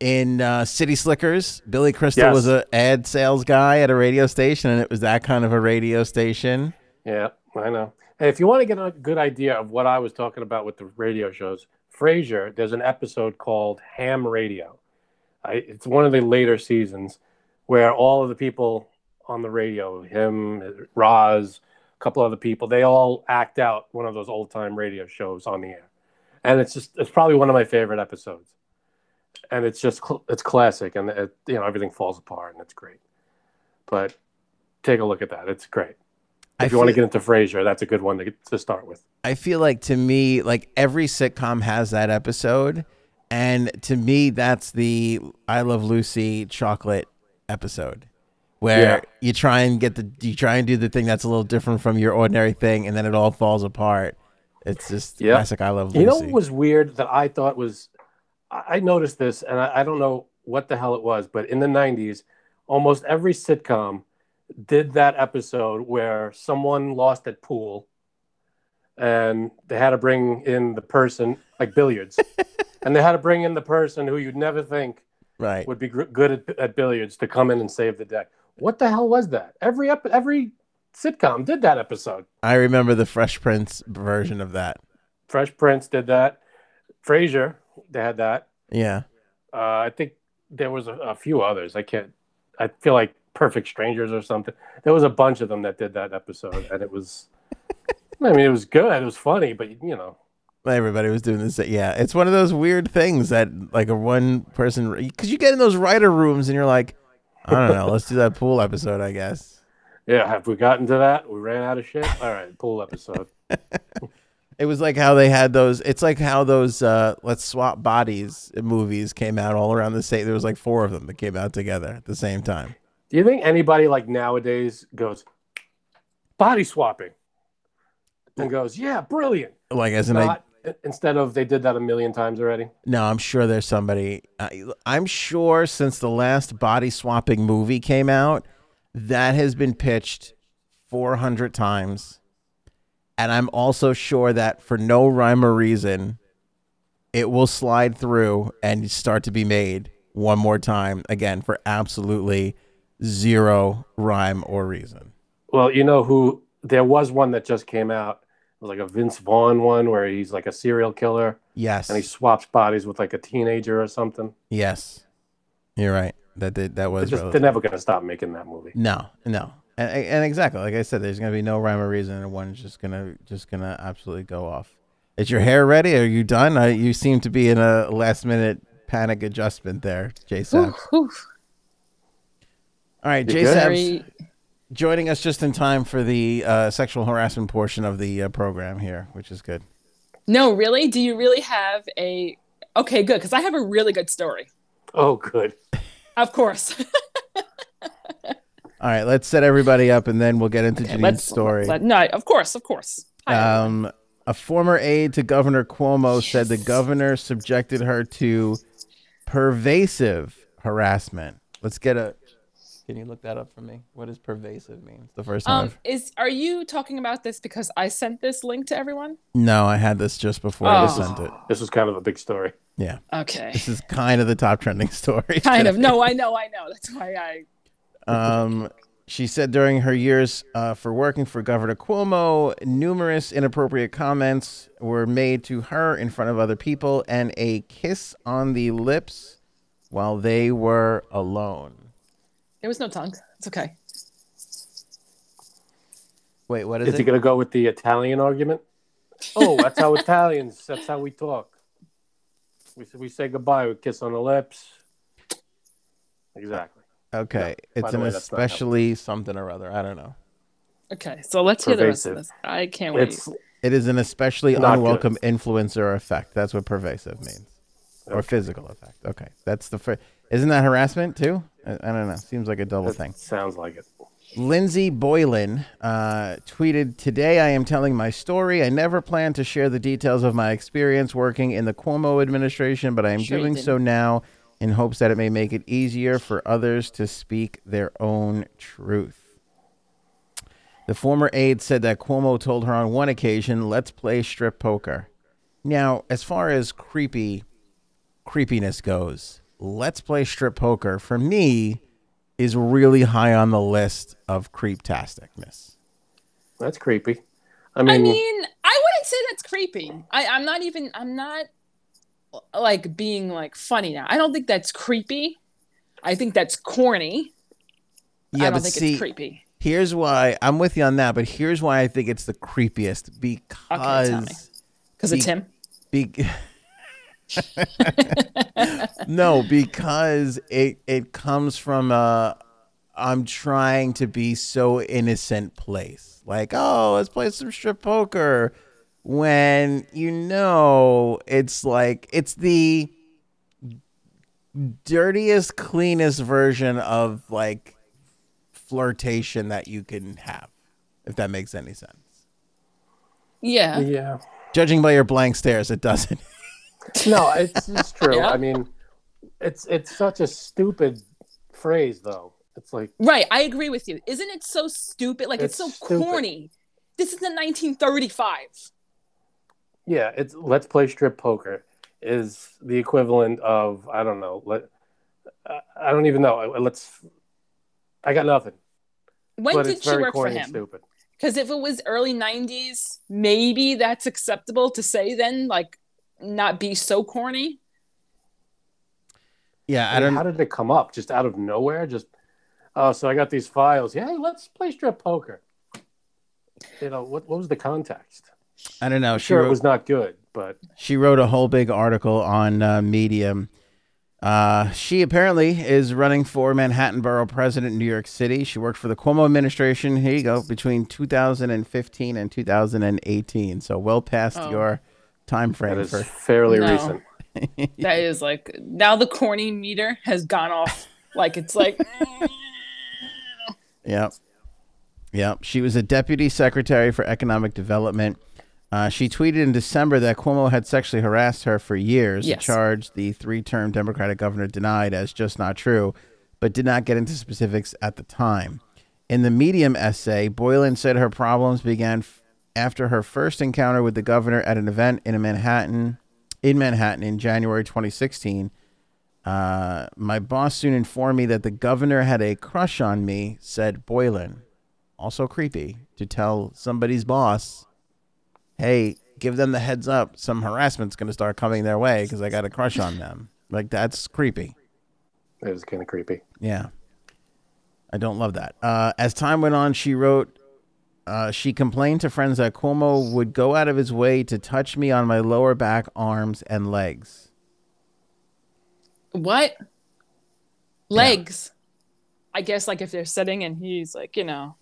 Speaker 1: In uh, City Slickers, Billy Crystal
Speaker 2: Mm-hmm. Yes.
Speaker 1: was a ad sales guy at a radio station, and it was that kind of a radio station.
Speaker 2: Yeah, I know. Hey, if you want to get a good idea of what I was talking about with the radio shows, Frasier, there's an episode called Ham Radio. I, it's one of the later seasons where all of the people on the radio, him, Roz, a couple other people, they all act out one of those old time radio shows on the air. And it's just, it's probably one of my favorite episodes. And it's just, cl- it's classic and it, you know, everything falls apart and it's great. But take a look at that. It's great
Speaker 1: I
Speaker 2: if you want to
Speaker 1: feel-
Speaker 2: get into Frasier, that's a good one to, get, to start with.
Speaker 1: I feel like to me, like every sitcom has that episode, and to me, that's the I Love Lucy chocolate episode, where
Speaker 2: Yeah.
Speaker 1: you try and get the you try and do the thing that's a little different from your ordinary thing, and then it all falls apart. It's just
Speaker 2: Yeah.
Speaker 1: classic I Love Lucy.
Speaker 2: You know what was weird that I thought was, I I noticed this, and I, I don't know what the hell it was, but in the '90s, almost every sitcom did that episode where someone lost at pool, and they had to bring in the person like billiards, and they had to bring in the person who you'd never think
Speaker 1: right?
Speaker 2: would be gr- good at, at billiards to come in and save the day. What the hell was that? Every ep- every sitcom did that episode.
Speaker 1: I remember the Fresh Prince version of that.
Speaker 2: Fresh Prince did that. Frasier, they had that.
Speaker 1: Yeah,
Speaker 2: Uh, I think there was a, a few others. I can't. I feel like Perfect Strangers or something. There was a bunch of them that did that episode, and it was. I mean, it was good. It was funny, but you know,
Speaker 1: everybody was doing this. Yeah, it's one of those weird things that like a one person because you get in those writer rooms and you're like, I don't know, let's do that pool episode, I guess.
Speaker 2: yeah. Have we gotten to that? We ran out of shit. All right, pool episode.
Speaker 1: It was like how they had those. It's like how those uh, "Let's Swap Bodies" movies came out all around the same. There was like four of them that came out together at the same time.
Speaker 2: Do you think anybody like nowadays goes body swapping and goes, yeah, brilliant?
Speaker 1: Like as an I,
Speaker 2: Not instead of they did that a million times already.
Speaker 1: no, I'm sure there's somebody. I, I'm sure since the last body swapping movie came out, that has been pitched 400 times, and I'm also sure that for no rhyme or reason, it will slide through and start to be made. one more time again for absolutely zero rhyme or reason.
Speaker 2: Well, you know who there was one that just came out. It was like a Vince Vaughn one where he's like a serial killer
Speaker 1: Yes.
Speaker 2: and he swaps bodies with like a teenager or something.
Speaker 1: yes. You're right. That did, that
Speaker 2: They're,
Speaker 1: was
Speaker 2: just,
Speaker 1: rel-
Speaker 2: they're never going to stop making that movie.
Speaker 1: No, no, and, and exactly like I said, there's gonna be no rhyme or reason, and one's just gonna just gonna absolutely go off. Is your hair ready? Are you done? I, you seem to be in a last minute panic adjustment there, J Sabs.
Speaker 3: Whew.
Speaker 1: All right,
Speaker 2: You
Speaker 1: J
Speaker 2: good?
Speaker 1: Sabs
Speaker 3: Very-
Speaker 1: joining us just in time for the uh, sexual harassment portion of the uh, program here, which is good.
Speaker 3: No, really? Do you really have a. Okay, good, because I have a really good story.
Speaker 2: Oh, good.
Speaker 3: Of course.
Speaker 1: All right, let's set everybody up, and then we'll get into Janine's
Speaker 3: Let's-
Speaker 1: story.
Speaker 3: let- no, of course, of course. Hi,
Speaker 1: Um, a former aide to Governor Cuomo said the
Speaker 3: Yes.
Speaker 1: governor subjected her to pervasive harassment. Let's get a. Can you look that up for me? What does pervasive mean? It's the first time.
Speaker 3: Um,
Speaker 1: I've-
Speaker 3: is are you talking about this because I sent this link to everyone?
Speaker 1: no, I had this just before I
Speaker 3: Oh.
Speaker 1: sent it.
Speaker 2: This was kind of a big story.
Speaker 1: Yeah,
Speaker 3: Okay.
Speaker 1: this is kind of the top trending story.
Speaker 3: Kind of.
Speaker 1: today.
Speaker 3: No, I know, I know. That's why I
Speaker 1: Um, she said during her years uh, for working for Governor Cuomo, numerous inappropriate comments were made to her in front of other people and a kiss on the lips while they were alone.
Speaker 3: there was no tongue. It's okay.
Speaker 1: Wait, what
Speaker 2: Is,
Speaker 1: is
Speaker 2: he
Speaker 1: it?
Speaker 2: going to go with the Italian argument? Oh, that's how Italians, that's how we talk. We, we say goodbye, we kiss on the lips. Exactly.
Speaker 1: Okay,
Speaker 2: by
Speaker 1: it's
Speaker 2: the
Speaker 1: an
Speaker 2: way, that's not how-
Speaker 1: especially something or other. I don't know.
Speaker 3: Okay. So let's hear the rest of this.
Speaker 2: Pervasive.
Speaker 3: I can't wait.
Speaker 2: It's
Speaker 1: It is an especially
Speaker 2: Not good.
Speaker 1: unwelcome influence or effect. That's what pervasive means, or physical effect. Okay, that's the first. Isn't that harassment too? I, I don't know. Seems like a double
Speaker 2: that
Speaker 1: thing.
Speaker 2: sounds like it.
Speaker 1: Lindsay Boylan uh, tweeted, Today I am telling my story. I never planned to share the details of my experience working in the Cuomo administration, but I am
Speaker 3: Sure you
Speaker 1: doing
Speaker 3: didn't.
Speaker 1: so now in hopes that it may make it easier for others to speak their own truth. The former aide said that Cuomo told her on one occasion, let's play strip poker. Now, as far as creepy creepiness goes, let's play strip poker for me is really high on the list of creeptasticness.
Speaker 2: That's creepy. I
Speaker 3: I
Speaker 2: mean,
Speaker 3: mean, I wouldn't say that's creepy. I, I'm not even I'm not like being like funny now. I don't think that's creepy. I think that's corny. I don't think it's creepy.
Speaker 1: Here's why I'm with you on that, but here's why I think it's the creepiest because
Speaker 3: tell me. Because it's him.
Speaker 1: Be- no, because it it comes from a I'm trying to be so innocent place. Like, oh, let's play some strip poker when you know it's like it's the dirtiest cleanest version of like flirtation that you can have if that makes any sense.
Speaker 3: Yeah.
Speaker 2: yeah.
Speaker 1: Judging by your blank stares it doesn't.
Speaker 2: No, it's, it's true.
Speaker 3: Yeah.
Speaker 2: I mean, it's it's such a stupid phrase, though. It's like
Speaker 3: Right. I agree with you. Isn't it so stupid? Like it's,
Speaker 2: It's
Speaker 3: so
Speaker 2: stupid.
Speaker 3: corny. This isn't 1935.
Speaker 2: Yeah, it's let's play strip poker is the equivalent of I don't know. Let I- I don't even know. Let's. I got nothing.
Speaker 3: When
Speaker 2: but
Speaker 3: did
Speaker 2: it's
Speaker 3: she
Speaker 2: very
Speaker 3: work for
Speaker 2: corny and
Speaker 3: him?
Speaker 2: stupid.
Speaker 3: Because if it was early 90s, maybe that's acceptable to say then, like not be so corny.
Speaker 1: Yeah, I
Speaker 2: I
Speaker 1: don't
Speaker 2: How did it come up? Just out of nowhere? Just oh, so I got these files. Yeah, hey, let's play strip poker. You know what? What was the context?
Speaker 1: I don't know.
Speaker 2: I'm
Speaker 1: She
Speaker 2: sure,
Speaker 1: wrote-
Speaker 2: it was not good, but
Speaker 1: She wrote a whole big article on uh, Medium. Uh, she apparently is running for Manhattan Borough President in New York City. She worked for the Cuomo administration. Here you go, between 2015 and 2018. So well past
Speaker 3: Oh.
Speaker 1: your time
Speaker 2: that
Speaker 1: frame
Speaker 2: is
Speaker 1: for.
Speaker 2: fairly
Speaker 3: No.
Speaker 2: recent.
Speaker 3: That is like now the corny meter has gone off. Like it's like
Speaker 1: Yep. Yep. She was a deputy secretary for economic development. Uh, she tweeted in December that Cuomo had sexually harassed her for years, a
Speaker 3: Yes.
Speaker 1: charge the three term Democratic governor denied as just not true, but did not get into specifics at the time. In the Medium essay, Boylan said her problems began f- after her first encounter with the governor at an event in Manhattan, in Manhattan in January 2016. Uh, my boss soon informed me that the governor had a crush on me, said Boylan. Also creepy to tell somebody's boss, hey, give them the heads up. Some harassment's going to start coming their way because I got a crush on them. Like, that's creepy.
Speaker 2: It was kind of creepy.
Speaker 1: Yeah. I don't love that. Uh, as time went on, she wrote, uh, she complained to friends that Cuomo would go out of his way to touch me on my lower back, arms, and legs.
Speaker 3: What? Legs. I guess, like, if they're sitting and he's like, you know,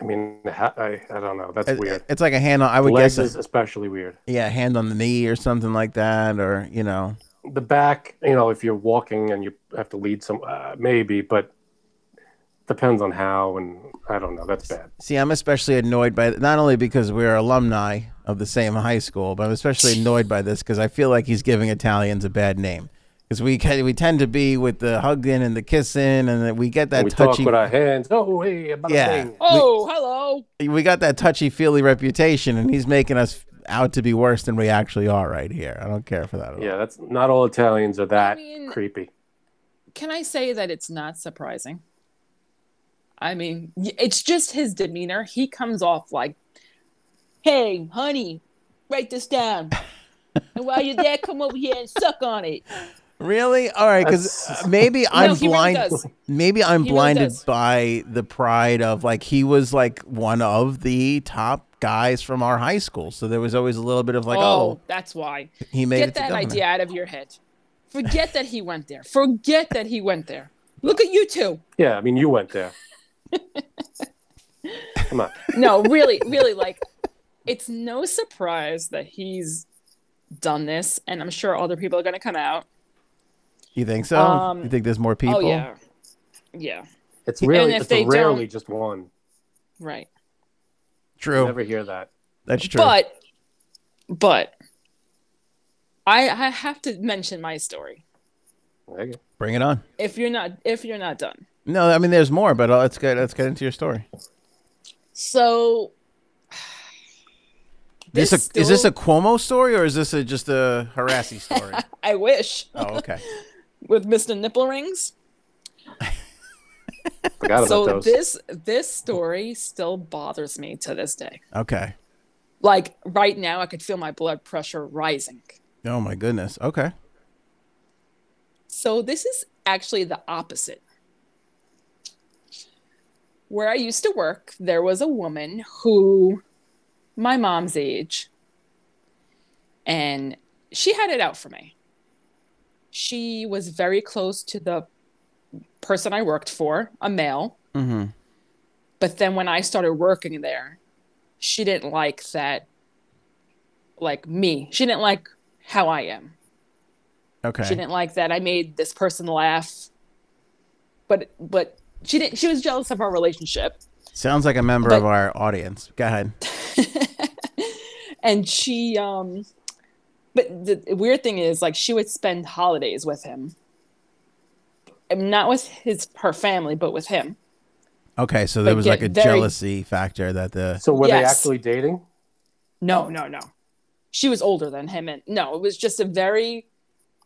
Speaker 2: I mean, ha- I, I don't know. That's
Speaker 1: It-
Speaker 2: weird.
Speaker 1: It's like a hand on, I would
Speaker 2: Legs
Speaker 1: guess,
Speaker 2: is especially weird.
Speaker 1: yeah, hand on the knee or something like that, or, you know,
Speaker 2: The back, you know, if you're walking and you have to lead some, uh, maybe, but depends on how and I don't know. That's bad.
Speaker 1: See, I'm especially annoyed by not only because we're alumni of the same high school, but I'm especially annoyed by this because I feel like he's giving Italians a bad name. Because we ca- we tend to be with the hugging and the kissing, and that we get that
Speaker 2: we
Speaker 1: touchy.
Speaker 2: talk with our hands. Oh, hey, about
Speaker 1: Yeah.
Speaker 2: a thing.
Speaker 3: oh, hello.
Speaker 1: we got that touchy feely reputation, and he's making us out to be worse than we actually are right here. I don't care for that at all.
Speaker 2: Yeah, that's not all Italians are that
Speaker 3: mean-
Speaker 2: creepy.
Speaker 3: Can I say that it's not surprising? I mean, y- it's just his demeanor. He comes off like, hey, honey, write this down. and while you're there, come over here and suck on it.
Speaker 1: Really? All right, because
Speaker 2: That's-
Speaker 1: maybe I'm
Speaker 3: he really
Speaker 1: blind.
Speaker 3: does.
Speaker 1: maybe I'm
Speaker 3: He really
Speaker 1: blinded
Speaker 3: does.
Speaker 1: by the pride of like he was like one of the top guys from our high school, so there was always a little bit of like,
Speaker 3: oh,
Speaker 1: oh,
Speaker 3: that's why.
Speaker 1: he made
Speaker 3: Get
Speaker 1: it to
Speaker 3: that
Speaker 1: governor.
Speaker 3: idea out of your head. Forget that he went there. Forget that he went there. Look at you two.
Speaker 2: Yeah, I mean, you went there. Come on.
Speaker 3: no, really, really, like it's no surprise that he's done this, and I'm sure other people are going to come out.
Speaker 1: You think so?
Speaker 3: Um,
Speaker 1: you think there's more people?
Speaker 3: Oh yeah, yeah,
Speaker 2: It's really,
Speaker 3: if
Speaker 2: it's
Speaker 3: they
Speaker 2: rarely
Speaker 3: don't-
Speaker 2: just one.
Speaker 3: right.
Speaker 2: You
Speaker 1: True.
Speaker 2: never hear that.
Speaker 1: That's true.
Speaker 3: But, but, I I have to mention my story.
Speaker 2: Okay.
Speaker 1: Bring it on.
Speaker 3: If you're not, if you're not done,
Speaker 1: No, I mean there's more, but uh, let's get let's get into your story.
Speaker 3: so.
Speaker 1: This a, is this a
Speaker 3: story-
Speaker 1: Cuomo story or is this a, just a Harassi story?
Speaker 3: I wish
Speaker 1: oh, okay.
Speaker 3: with Mr. Nipple Rings.
Speaker 2: Forgot
Speaker 3: So
Speaker 2: about those.
Speaker 3: this this story still bothers me to this day.
Speaker 1: Okay.
Speaker 3: Like right now, I could feel my blood pressure rising.
Speaker 1: Oh my goodness. Okay.
Speaker 3: So this is actually the opposite. Where I used to work, there was a woman who my mom's age and she had it out for me. She was very close to the person I worked for, a male,
Speaker 1: Mm-hmm.
Speaker 3: but then when I started working there, she didn't like that like me. She didn't like how I am. She
Speaker 1: Okay.
Speaker 3: didn't like that I made this person laugh. But but she didn't she was jealous of our relationship.
Speaker 1: Sounds like a member
Speaker 3: But-
Speaker 1: of our audience. Go ahead.
Speaker 3: and she um but the weird thing is like she would spend holidays with him. And not with his her family, but with him.
Speaker 1: Okay, so there
Speaker 3: But
Speaker 1: was like a
Speaker 3: get very-
Speaker 1: jealousy factor that the
Speaker 2: so were they
Speaker 3: Yes.
Speaker 2: actually dating?
Speaker 3: No, no, no. Um, She was older than him and no, it was just a very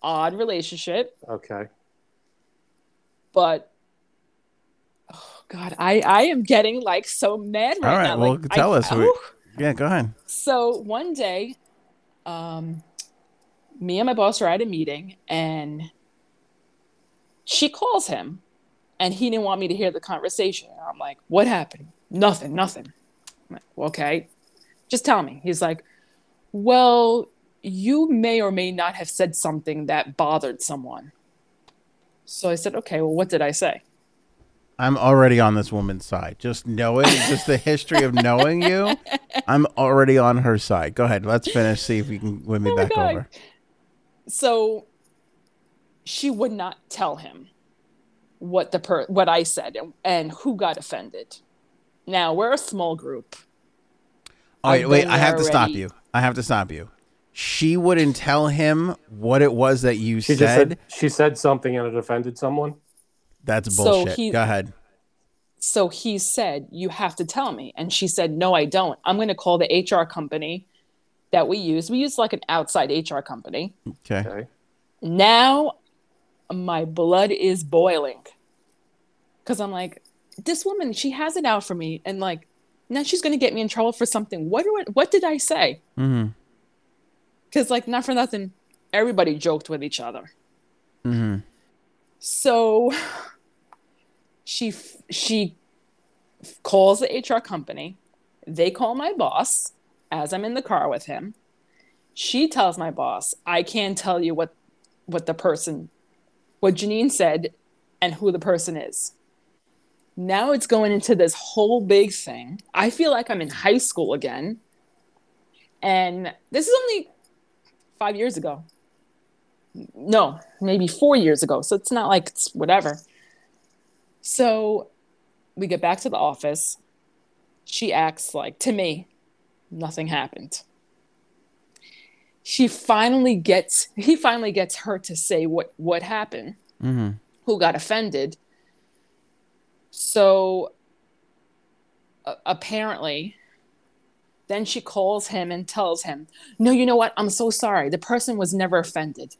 Speaker 3: odd relationship.
Speaker 2: Okay.
Speaker 3: but oh god i i am getting like so mad right,
Speaker 1: All right,
Speaker 3: now
Speaker 1: well,
Speaker 3: like,
Speaker 1: tell
Speaker 3: I-
Speaker 1: us. We-
Speaker 3: Oof.
Speaker 1: yeah, go ahead.
Speaker 3: so one day um me and my boss are at a meeting and she calls him and he didn't want me to hear the conversation And i'm like what happened nothing nothing I'm like "Well, okay just tell me he's like well you may or may not have said something that bothered someone so i said okay well what did i say
Speaker 1: I'm already on this woman's side. Just know it. Just the history of knowing you. I'm already on her side. Go ahead. Let's finish. See if we can win me
Speaker 3: Oh my
Speaker 1: back
Speaker 3: God.
Speaker 1: over.
Speaker 3: so she would not tell him what the per- what I said and, and who got offended. Now we're a small group.
Speaker 1: All right,
Speaker 3: I've
Speaker 1: wait.
Speaker 3: been
Speaker 1: I have to stop
Speaker 3: already-
Speaker 1: you. I have to stop you. She wouldn't tell him what it was that you
Speaker 2: She
Speaker 1: said.
Speaker 2: just said she said something and it offended someone.
Speaker 1: That's
Speaker 3: So
Speaker 1: bullshit.
Speaker 3: he-
Speaker 1: Go ahead.
Speaker 3: So he said, "You have to tell me," and she said, "No, I don't. I'm going to call the HR company that we use. We use like an outside HR company,
Speaker 1: Okay.
Speaker 2: Okay.
Speaker 3: Now my blood is boiling because I'm like, this woman, she has it out for me, and like, now she's gonna get me in trouble for something. What do I, what did I say?
Speaker 1: Mm-hmm.
Speaker 3: Because like, not for nothing, everybody joked with each other.
Speaker 1: Mm-hmm.
Speaker 3: So she f- she f- calls the HR company. They call my boss as I'm in the car with him. She tells my boss, "I can't tell you what what the person what Janine said and who the person is." Now it's going into this whole big thing. I feel like I'm in high school again. And this is only 5 years ago no, maybe four years ago. So it's not like it's whatever. So we get back to the office. She acts like, to me, nothing happened. She finally gets, he finally gets her to say what, what happened,
Speaker 1: Mm-hmm.
Speaker 3: who got offended. So a- apparently, then she calls him and tells him, No, you know what? I'm so sorry. The person was never offended.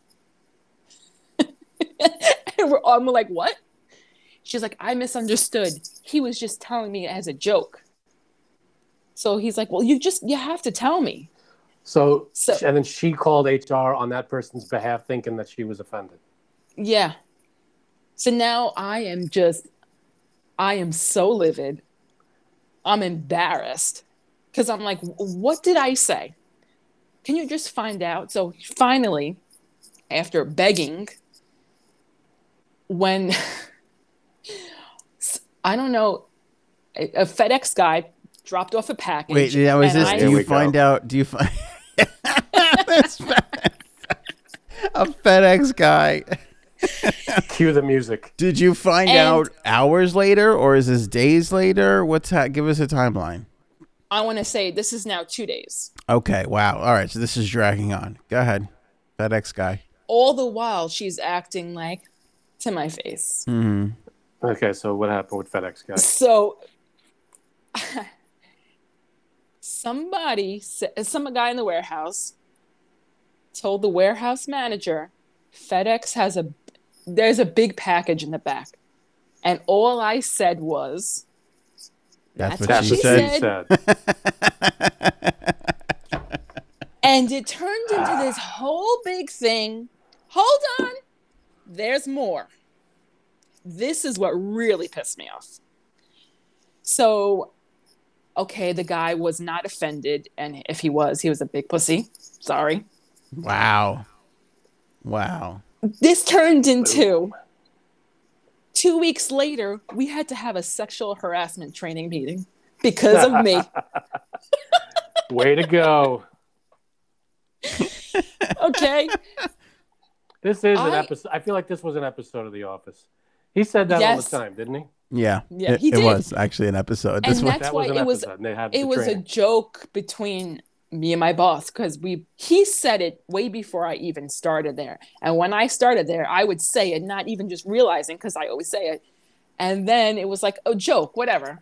Speaker 3: and we're, I'm like, What? She's like, I misunderstood. He was just telling me as a joke. So he's like, Well, you just, you have to tell me.
Speaker 2: So,
Speaker 3: So-
Speaker 2: and then she called HR on that person's behalf, thinking that she was offended.
Speaker 3: Yeah. So now I am just, I am so livid. I'm embarrassed because I'm like, "W- what did I say? Can you just find out? So finally, after begging, when s- I don't know, a a FedEx guy dropped off a package.
Speaker 1: Wait, now is
Speaker 3: and
Speaker 1: this?
Speaker 3: I-
Speaker 1: Do
Speaker 2: Here
Speaker 1: you
Speaker 2: we go.
Speaker 1: find out? Do you find That's FedEx. a FedEx guy?
Speaker 2: Cue the music.
Speaker 1: Did you find
Speaker 3: And-
Speaker 1: out hours later, or is this days later? What's ha- give us a timeline?
Speaker 3: I want to say this is now two days.
Speaker 1: Okay, wow. All right, so this is dragging on. Go ahead, FedEx guy.
Speaker 3: All the while, she's acting like to my face.
Speaker 1: Mm-hmm.
Speaker 2: Okay, so what happened with FedEx guy?
Speaker 3: So somebody, sa- some guy in the warehouse told the warehouse manager FedEx has a there's a big package in the back. And all I said was
Speaker 1: That's, what
Speaker 3: That's
Speaker 1: she
Speaker 3: what
Speaker 1: said.
Speaker 2: she said.
Speaker 3: and it turned into this whole big thing. Hold on. There's more. This is what really pissed me off. So, okay, the guy was not offended. And if he was, he was a big pussy. Sorry.
Speaker 1: Wow, wow.
Speaker 3: this turned into two weeks later we had to have a sexual harassment training meeting because of me
Speaker 2: Way to go.
Speaker 3: okay
Speaker 2: This is an
Speaker 3: I-
Speaker 2: episode. I feel like this was an episode of The Office. He said that
Speaker 3: Yes.
Speaker 2: all the time, didn't he?
Speaker 1: Yeah,
Speaker 3: Yeah,
Speaker 1: it,
Speaker 3: he
Speaker 1: it
Speaker 3: did.
Speaker 1: was actually an episode. This
Speaker 3: And
Speaker 1: one,
Speaker 3: That's
Speaker 2: that
Speaker 3: why
Speaker 2: was an
Speaker 3: it was-
Speaker 2: episode. and they had the
Speaker 3: it was a
Speaker 2: training.
Speaker 3: joke between me and my boss because we he said it way before i even started there and when i started there i would say it not even just realizing because i always say it and then it was like a joke whatever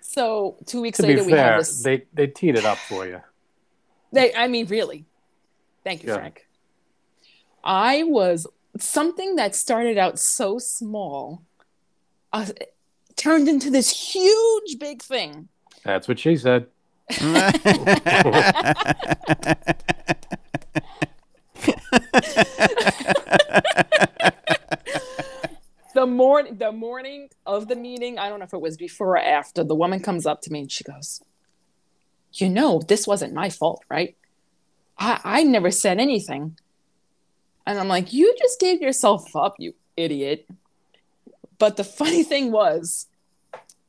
Speaker 3: so two weeks
Speaker 2: to be
Speaker 3: later we had
Speaker 2: fair,
Speaker 3: this
Speaker 2: they, they teed it up for you.
Speaker 3: They, I mean, really. Thank you,
Speaker 2: Yeah.
Speaker 3: Frank. I was something that started out so small, uh, turned into this huge big thing.
Speaker 2: That's what she said.
Speaker 3: The morning, the morning of the meeting, I don't know if it was before or after. The woman comes up to me and she goes, "You know, this wasn't my fault, right? I, I never said anything." And I'm like, "You just gave yourself up, you idiot." But the funny thing was,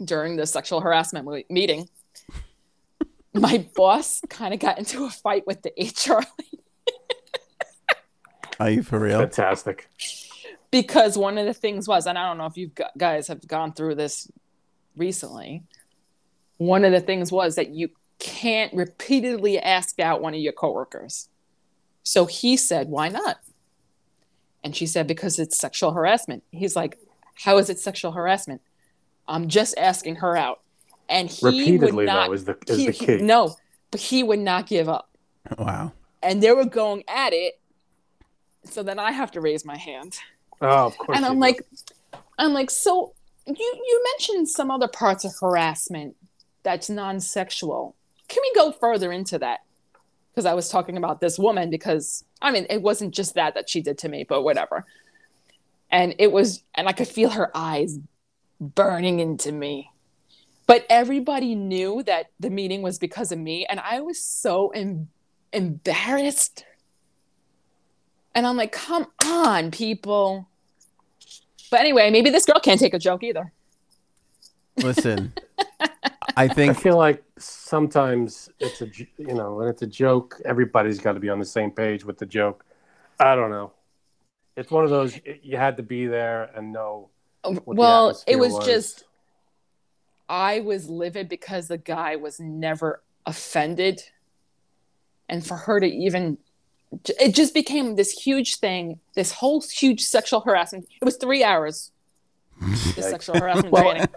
Speaker 3: during the sexual harassment mo- meeting, my boss kind of got into a fight with the HR
Speaker 1: are you for real?
Speaker 2: Fantastic.
Speaker 3: because one of the things was, and I don't know if you gu- guys have gone through this recently, one of the things was that you can't repeatedly ask out one of your coworkers. So he said, Why not? And she said, Because it's sexual harassment. He's like, How is it sexual harassment? I'm just asking her out. And he
Speaker 2: Repeatedly,
Speaker 3: would not,
Speaker 2: though, is the, is
Speaker 3: he-
Speaker 2: the
Speaker 3: he-
Speaker 2: key.
Speaker 3: no, but he would not give up
Speaker 1: Wow.
Speaker 3: and they were going at it So then I have to raise my hand.
Speaker 2: Oh, of course.
Speaker 3: and
Speaker 2: you
Speaker 3: I'm
Speaker 2: do.
Speaker 3: like, I'm like, so you you mentioned some other parts of harassment that's non-sexual. Can we go further into that? Because I was talking about this woman because I mean it wasn't just that that she did to me, but whatever. And it was, and I could feel her eyes burning into me. But everybody knew that the meeting was because of me, and I was so em- embarrassed. And I'm like, come on, people. But anyway, maybe this girl can't take a joke either.
Speaker 1: Listen, I
Speaker 2: I
Speaker 1: think
Speaker 2: feel like sometimes it's a j- you know when it's a joke, everybody's got to be on the same page with the joke. I don't know. It's one of those y- you had to be there and know. What the
Speaker 3: well, it
Speaker 2: atmosphere
Speaker 3: was, just I was livid because the guy was never offended, and for her to even it just became this huge thing, this whole huge sexual harassment. It was three hours. The
Speaker 2: Yikes.
Speaker 3: sexual harassment
Speaker 2: Well,
Speaker 3: training.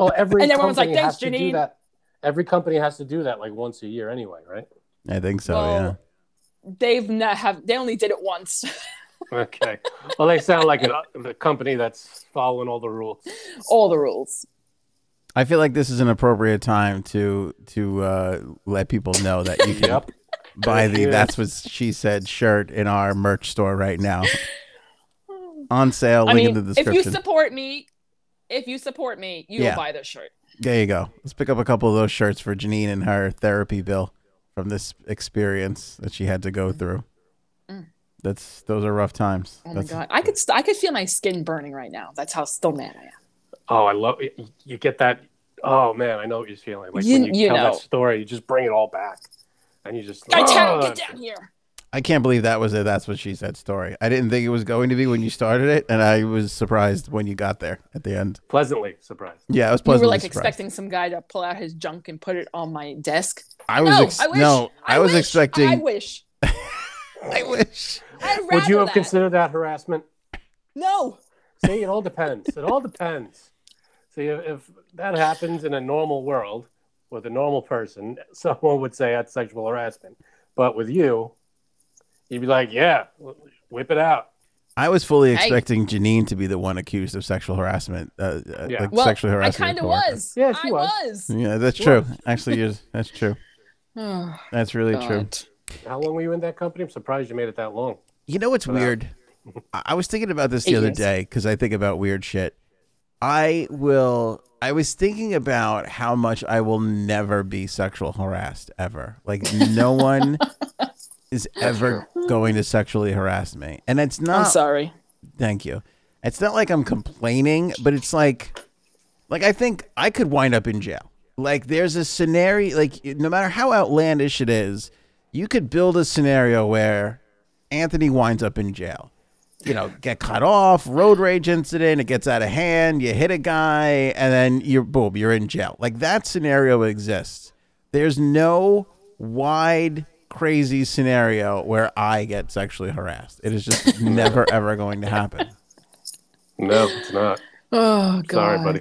Speaker 2: Oh, every
Speaker 3: And everyone was
Speaker 2: company
Speaker 3: like, "Thanks,
Speaker 2: has to do
Speaker 3: Janine."
Speaker 2: that. Every company has to do that like once a year anyway, right?
Speaker 1: I think so.
Speaker 3: well, They've not have they only did it once.
Speaker 2: Okay. well, they sound like a, a company that's following all the rules.
Speaker 3: All the rules.
Speaker 1: yeah, I feel like this is an appropriate time to to uh, let people know that you can
Speaker 2: Yep.
Speaker 1: buy the
Speaker 2: Yeah.
Speaker 1: "That's What She Said" shirt in our merch store right now. On sale,
Speaker 3: I
Speaker 1: link
Speaker 3: mean,
Speaker 1: in the
Speaker 3: if you
Speaker 1: description.
Speaker 3: support me, if you support me, you
Speaker 1: Yeah.
Speaker 3: will buy this shirt.
Speaker 1: there you go. Let's pick up a couple of those shirts for Janine and her therapy bill from this experience that she had to go through.
Speaker 3: Mm.
Speaker 1: That's those are rough times.
Speaker 3: Oh my
Speaker 1: That's-
Speaker 3: god, I could st- I could feel my skin burning right now. That's how still mad I am.
Speaker 2: Oh, I love you- You get that. Oh man, I know what you're feeling. Like
Speaker 3: You-
Speaker 2: when you,
Speaker 3: you
Speaker 2: tell
Speaker 3: know.
Speaker 2: that story, you just bring it all back, and you just.
Speaker 3: Guy
Speaker 2: "Ah!"
Speaker 3: Tarot, get down here.
Speaker 1: I can't believe that was a that's what she said story. I didn't think it was going to be when you started it, and I was surprised when you got there at the end.
Speaker 2: Pleasantly surprised.
Speaker 1: Yeah, I was
Speaker 3: You
Speaker 1: pleasantly
Speaker 3: were like
Speaker 1: surprised.
Speaker 3: expecting some guy to pull out his junk and put it on my desk.
Speaker 1: I was
Speaker 3: no,
Speaker 1: ex-
Speaker 3: I wish.
Speaker 1: no, I, was
Speaker 3: wish,
Speaker 1: expecting.
Speaker 3: I wish.
Speaker 1: I wish.
Speaker 3: I'd rather
Speaker 2: Would you have
Speaker 3: that.
Speaker 2: considered that harassment?
Speaker 3: No.
Speaker 2: See, it all depends. It all depends. See, if, if that happens in a normal world with a normal person, someone would say that's sexual harassment. But with you, you'd be like, yeah, whip it out.
Speaker 1: I was fully
Speaker 3: I-
Speaker 1: expecting Janine to be the one accused of sexual harassment. Uh, uh,
Speaker 2: Yeah.
Speaker 1: like
Speaker 3: Well,
Speaker 1: sexually
Speaker 3: I
Speaker 1: harassing.
Speaker 3: kind
Speaker 1: a
Speaker 3: of
Speaker 1: coworker.
Speaker 3: was.
Speaker 2: Yeah, she
Speaker 3: I
Speaker 2: was.
Speaker 3: was.
Speaker 1: Yeah, that's
Speaker 2: Well-
Speaker 1: true. Actually, yes, that's true.
Speaker 3: Oh,
Speaker 1: That's really Mm. true.
Speaker 3: God.
Speaker 2: How long were you in that company? I'm surprised you made it that long.
Speaker 1: You know what's
Speaker 2: Wow.
Speaker 1: weird? I I was thinking about this the
Speaker 3: Eight
Speaker 1: other
Speaker 3: years.
Speaker 1: day because I think about weird shit. I will. I was thinking about how much I will never be sexual harassed ever. Like no one is ever going to sexually harass me, and it's
Speaker 3: I'm
Speaker 1: not.
Speaker 3: sorry.
Speaker 1: Thank you. It's not like I'm complaining, but it's like, like I think I could wind up in jail. Like there's a scenario, like no matter how outlandish it is, you could build a scenario where Anthony winds up in jail. You know, get cut off, road rage incident, it gets out of hand, you hit a guy, and then you're boom, you're in jail. Like that scenario exists. There's no wide, crazy scenario where I get sexually harassed. It is just never, ever going to happen.
Speaker 2: No, it's not.
Speaker 3: Oh God.
Speaker 2: Sorry, buddy.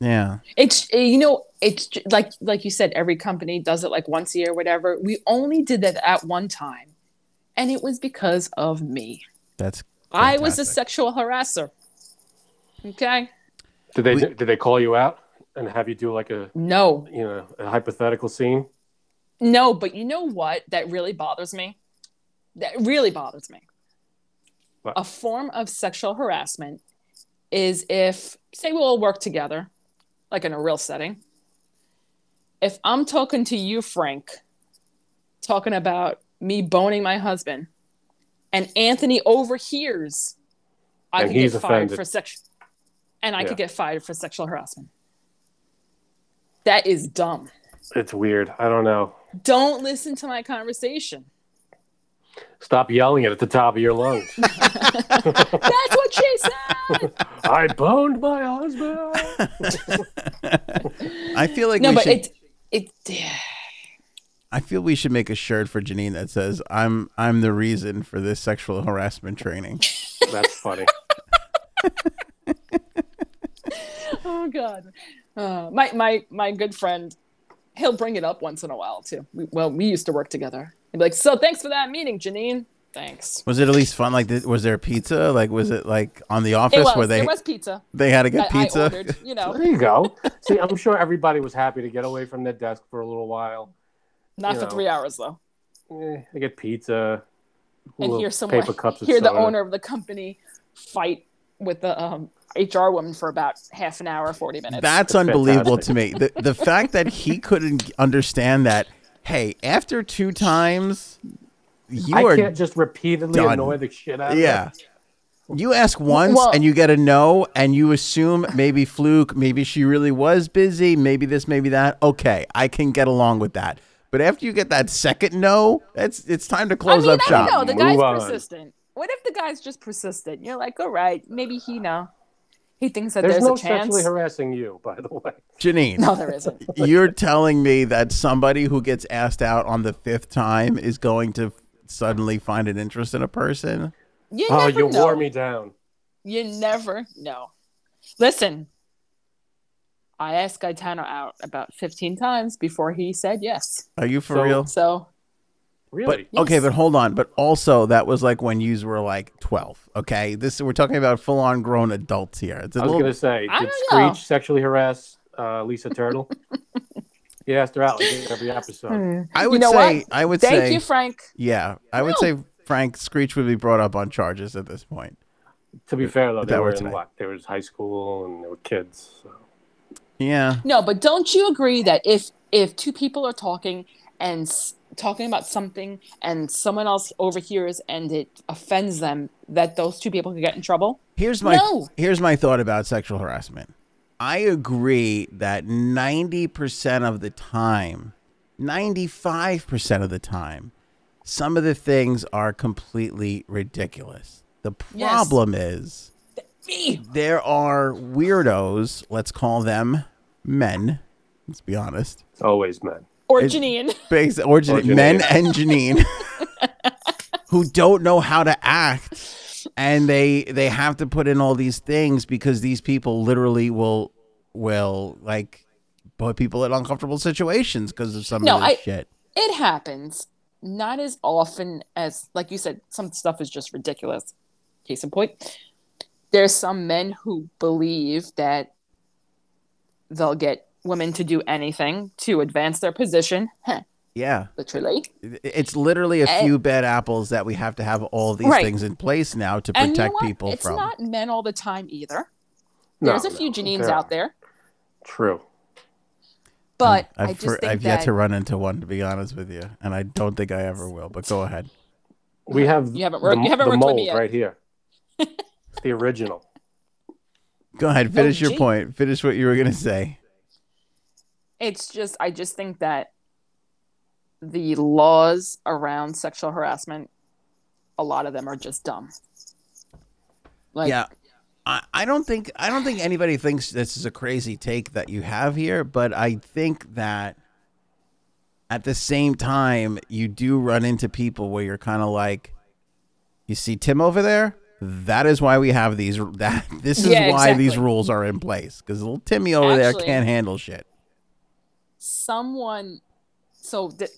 Speaker 1: Yeah.
Speaker 3: It's you know it's j- like like you said every company does it like once a year whatever. We only did that at one time, and it was because of me.
Speaker 1: That's
Speaker 3: I was a
Speaker 1: fantastic.
Speaker 3: sexual harasser. Okay.
Speaker 2: Did they
Speaker 1: We-
Speaker 2: did they call you out and have you do like a
Speaker 3: No,
Speaker 2: you know a hypothetical scene?
Speaker 3: no, but you know what? That really bothers me. That really bothers me.
Speaker 2: What?
Speaker 3: A form of sexual harassment is if, say, we all work together, like in a real setting. If I'm talking to you, Frank, talking about me boning my husband, and Anthony overhears, I
Speaker 2: And
Speaker 3: could get
Speaker 2: he's
Speaker 3: fired
Speaker 2: offended.
Speaker 3: for sexual, and I
Speaker 2: Yeah.
Speaker 3: could get fired for sexual harassment. That is dumb.
Speaker 2: It's weird. I don't know.
Speaker 3: don't listen to my conversation.
Speaker 2: Stop yelling it at the top of your lungs.
Speaker 3: That's what she said.
Speaker 2: I boned my husband.
Speaker 1: I feel like
Speaker 3: no,
Speaker 1: we
Speaker 3: but
Speaker 1: should,
Speaker 3: it, it, yeah.
Speaker 1: I feel we should make a shirt for Janine that says I'm I'm the reason for this sexual harassment training.
Speaker 2: That's funny.
Speaker 3: oh god. Uh, my my my good friend, he'll bring it up once in a while too. We, well, we used to work together. He'd be like, "So thanks for that meeting, Janine." Thanks.
Speaker 1: Was it at least fun? Like, th- was there pizza? Like, was it like on the office
Speaker 3: It was.
Speaker 1: where they
Speaker 3: there was pizza.
Speaker 1: they had to
Speaker 3: That
Speaker 1: get
Speaker 3: I
Speaker 1: pizza?
Speaker 3: ordered, you know,
Speaker 2: There you go. See, I'm sure everybody was happy to get away from their desk for a little while.
Speaker 3: not
Speaker 2: You
Speaker 3: for
Speaker 2: know.
Speaker 3: three hours though.
Speaker 2: Eh, I get pizza.
Speaker 3: And
Speaker 2: little
Speaker 3: hear someone,
Speaker 2: paper cups of
Speaker 3: hear the
Speaker 2: soda.
Speaker 3: owner of the company fight with the um, HR woman for about half an hour, forty minutes.
Speaker 1: That's
Speaker 2: That's
Speaker 1: unbelievable to me. The the fact that he couldn't understand that. Hey, after two times, you
Speaker 2: I
Speaker 1: are
Speaker 2: can't just repeatedly
Speaker 1: done.
Speaker 2: annoy the shit out of
Speaker 1: yeah.
Speaker 2: them.
Speaker 1: You ask once
Speaker 3: well-
Speaker 1: and you get a no, and you assume maybe fluke, maybe she really was busy, maybe this, maybe that. Okay, I can get along with that. But after you get that second no, it's it's time to
Speaker 3: I
Speaker 1: close
Speaker 3: mean,
Speaker 1: up
Speaker 3: I don't know.
Speaker 1: shop.
Speaker 3: The
Speaker 2: Move
Speaker 3: guy's
Speaker 2: on.
Speaker 3: persistent. What if the guy's just persistent? You're like, all right, maybe he know. He thinks that
Speaker 2: There's,
Speaker 3: there's,
Speaker 2: no
Speaker 3: a chance.
Speaker 2: sexually harassing you, by the way.
Speaker 1: Janine,
Speaker 3: no, there isn't.
Speaker 1: you're telling me that somebody who gets asked out on the fifth time is going to suddenly find an interest in a person?
Speaker 3: You
Speaker 2: oh,
Speaker 3: never
Speaker 2: you
Speaker 3: know.
Speaker 2: wore me down.
Speaker 3: You never know. Listen, I asked Gaetano out about 15 times before he said yes.
Speaker 1: Are you for
Speaker 2: So-
Speaker 1: real?
Speaker 3: So,
Speaker 1: But
Speaker 2: Really?
Speaker 3: Yes.
Speaker 1: okay, but hold on. But also, that was like when yous were like twelve. Okay, this we're talking about full-on grown adults here. It's a
Speaker 2: I was
Speaker 1: little
Speaker 2: gonna say,
Speaker 3: I
Speaker 2: did
Speaker 3: don't know.
Speaker 2: Screech sexually harass uh, Lisa Turtle? he asked her out like in every episode.
Speaker 1: Hmm. I
Speaker 3: You
Speaker 1: would
Speaker 3: know
Speaker 1: say
Speaker 3: what?
Speaker 1: I would
Speaker 3: thank
Speaker 1: say
Speaker 3: you, Frank.
Speaker 1: yeah, I would say Frank Screech would be brought up on charges at this point.
Speaker 2: To be fair though,
Speaker 1: If
Speaker 2: they
Speaker 1: that were
Speaker 2: were in
Speaker 1: tonight.
Speaker 2: what? They were in high school and they were kids. So.
Speaker 1: Yeah.
Speaker 3: No, but don't you agree that if if two people are talking and s- talking about something and someone else overhears and it offends them, that those two people could get in trouble?
Speaker 1: Here's my
Speaker 3: No.
Speaker 1: here's my thought about sexual harassment. I agree that 90% of the time, 95% of the time, some of the things are completely ridiculous. The
Speaker 3: Yes.
Speaker 1: problem is
Speaker 3: Me.
Speaker 1: there are weirdos, let's call them men, let's be honest.
Speaker 2: It's always men.
Speaker 3: Or
Speaker 1: Is-
Speaker 3: Janine.
Speaker 1: Base origin,
Speaker 2: Or Janine.
Speaker 1: men and Janine who don't know how to act and they they have to put in all these things because these people literally will will like put people in uncomfortable situations because of some
Speaker 3: No,
Speaker 1: of this
Speaker 3: I-
Speaker 1: shit.
Speaker 3: It happens. Not as often as, like you said, some stuff is just ridiculous. Case in point, there's some men who believe that they'll get women to do anything to advance their position. Heh,
Speaker 1: Yeah.
Speaker 3: literally.
Speaker 1: It- It's literally a
Speaker 3: And-
Speaker 1: few bad apples that we have to have all these
Speaker 3: Right.
Speaker 1: things in place now to
Speaker 3: And
Speaker 1: protect
Speaker 3: you know what?
Speaker 1: people
Speaker 3: it's
Speaker 1: from.
Speaker 3: not men all the time either.
Speaker 2: No, Mm.
Speaker 3: There's a few
Speaker 2: no,
Speaker 3: Janines
Speaker 2: they're-
Speaker 3: out there,
Speaker 2: True.
Speaker 3: but i
Speaker 1: I've,
Speaker 3: just
Speaker 1: fir-
Speaker 3: think
Speaker 1: I've
Speaker 3: that
Speaker 1: yet to run into one to be honest with you, and I don't think I ever will. But go ahead.
Speaker 2: We have
Speaker 3: You haven't worked-
Speaker 2: the,
Speaker 3: you haven't
Speaker 2: the
Speaker 3: worked with
Speaker 2: mold
Speaker 3: me yet.
Speaker 2: right here. It's the original.
Speaker 1: Go ahead.
Speaker 3: No,
Speaker 1: Finish your
Speaker 3: Jake-
Speaker 1: point. Finish what you were gonna say.
Speaker 3: it's just I just think that the laws around sexual harassment, a lot of them are just dumb. Like
Speaker 1: yeah. I, I don't think I don't think anybody thinks this is a crazy take that you have here, but I think that at the same time you do run into people where you're kind of like, you see Tim over there. That is why we have these. That this is
Speaker 3: Yeah,
Speaker 1: why these
Speaker 3: exactly.
Speaker 1: rules are in place because little Timmy over there
Speaker 3: Actually-
Speaker 1: can't handle shit.
Speaker 3: someone, so th-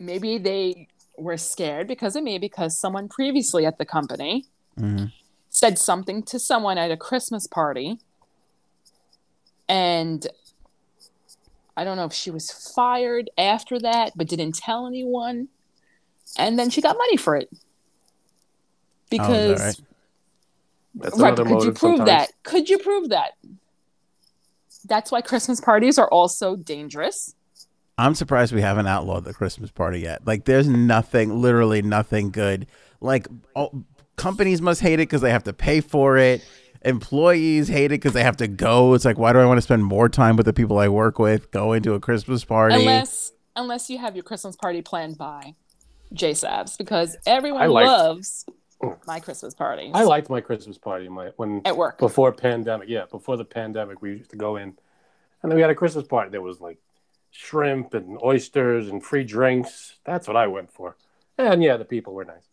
Speaker 3: maybe they were scared because of me because someone previously at the company
Speaker 1: Mhm.
Speaker 3: said something to someone at a Christmas party. And I don't know if she was fired after that, but didn't tell anyone. And then she got money for it.
Speaker 2: Oh,
Speaker 3: Because,
Speaker 1: right?
Speaker 2: That's
Speaker 3: right,
Speaker 2: another
Speaker 3: but could you
Speaker 2: motive
Speaker 3: prove
Speaker 2: sometimes.
Speaker 3: that? Could you prove that? That's why Christmas parties are also dangerous.
Speaker 1: I'm surprised we haven't outlawed the Christmas party yet. Like, there's nothing, literally nothing good. Like, all, companies must hate it because they have to pay for it. Employees hate it because they have to go. It's like, why do I want to spend more time with the people I work with? Go into a Christmas party.
Speaker 3: Unless unless you have your Christmas party planned by J Sabs, because everyone
Speaker 2: I like- Oh.
Speaker 3: loves my Christmas parties
Speaker 2: I liked my Christmas party my when
Speaker 3: at work.
Speaker 2: before pandemic. Yeah, before the pandemic, we used to go in, and then we had a Christmas party. There was like shrimp and oysters and free drinks. That's what I went for. And yeah, the people were nice.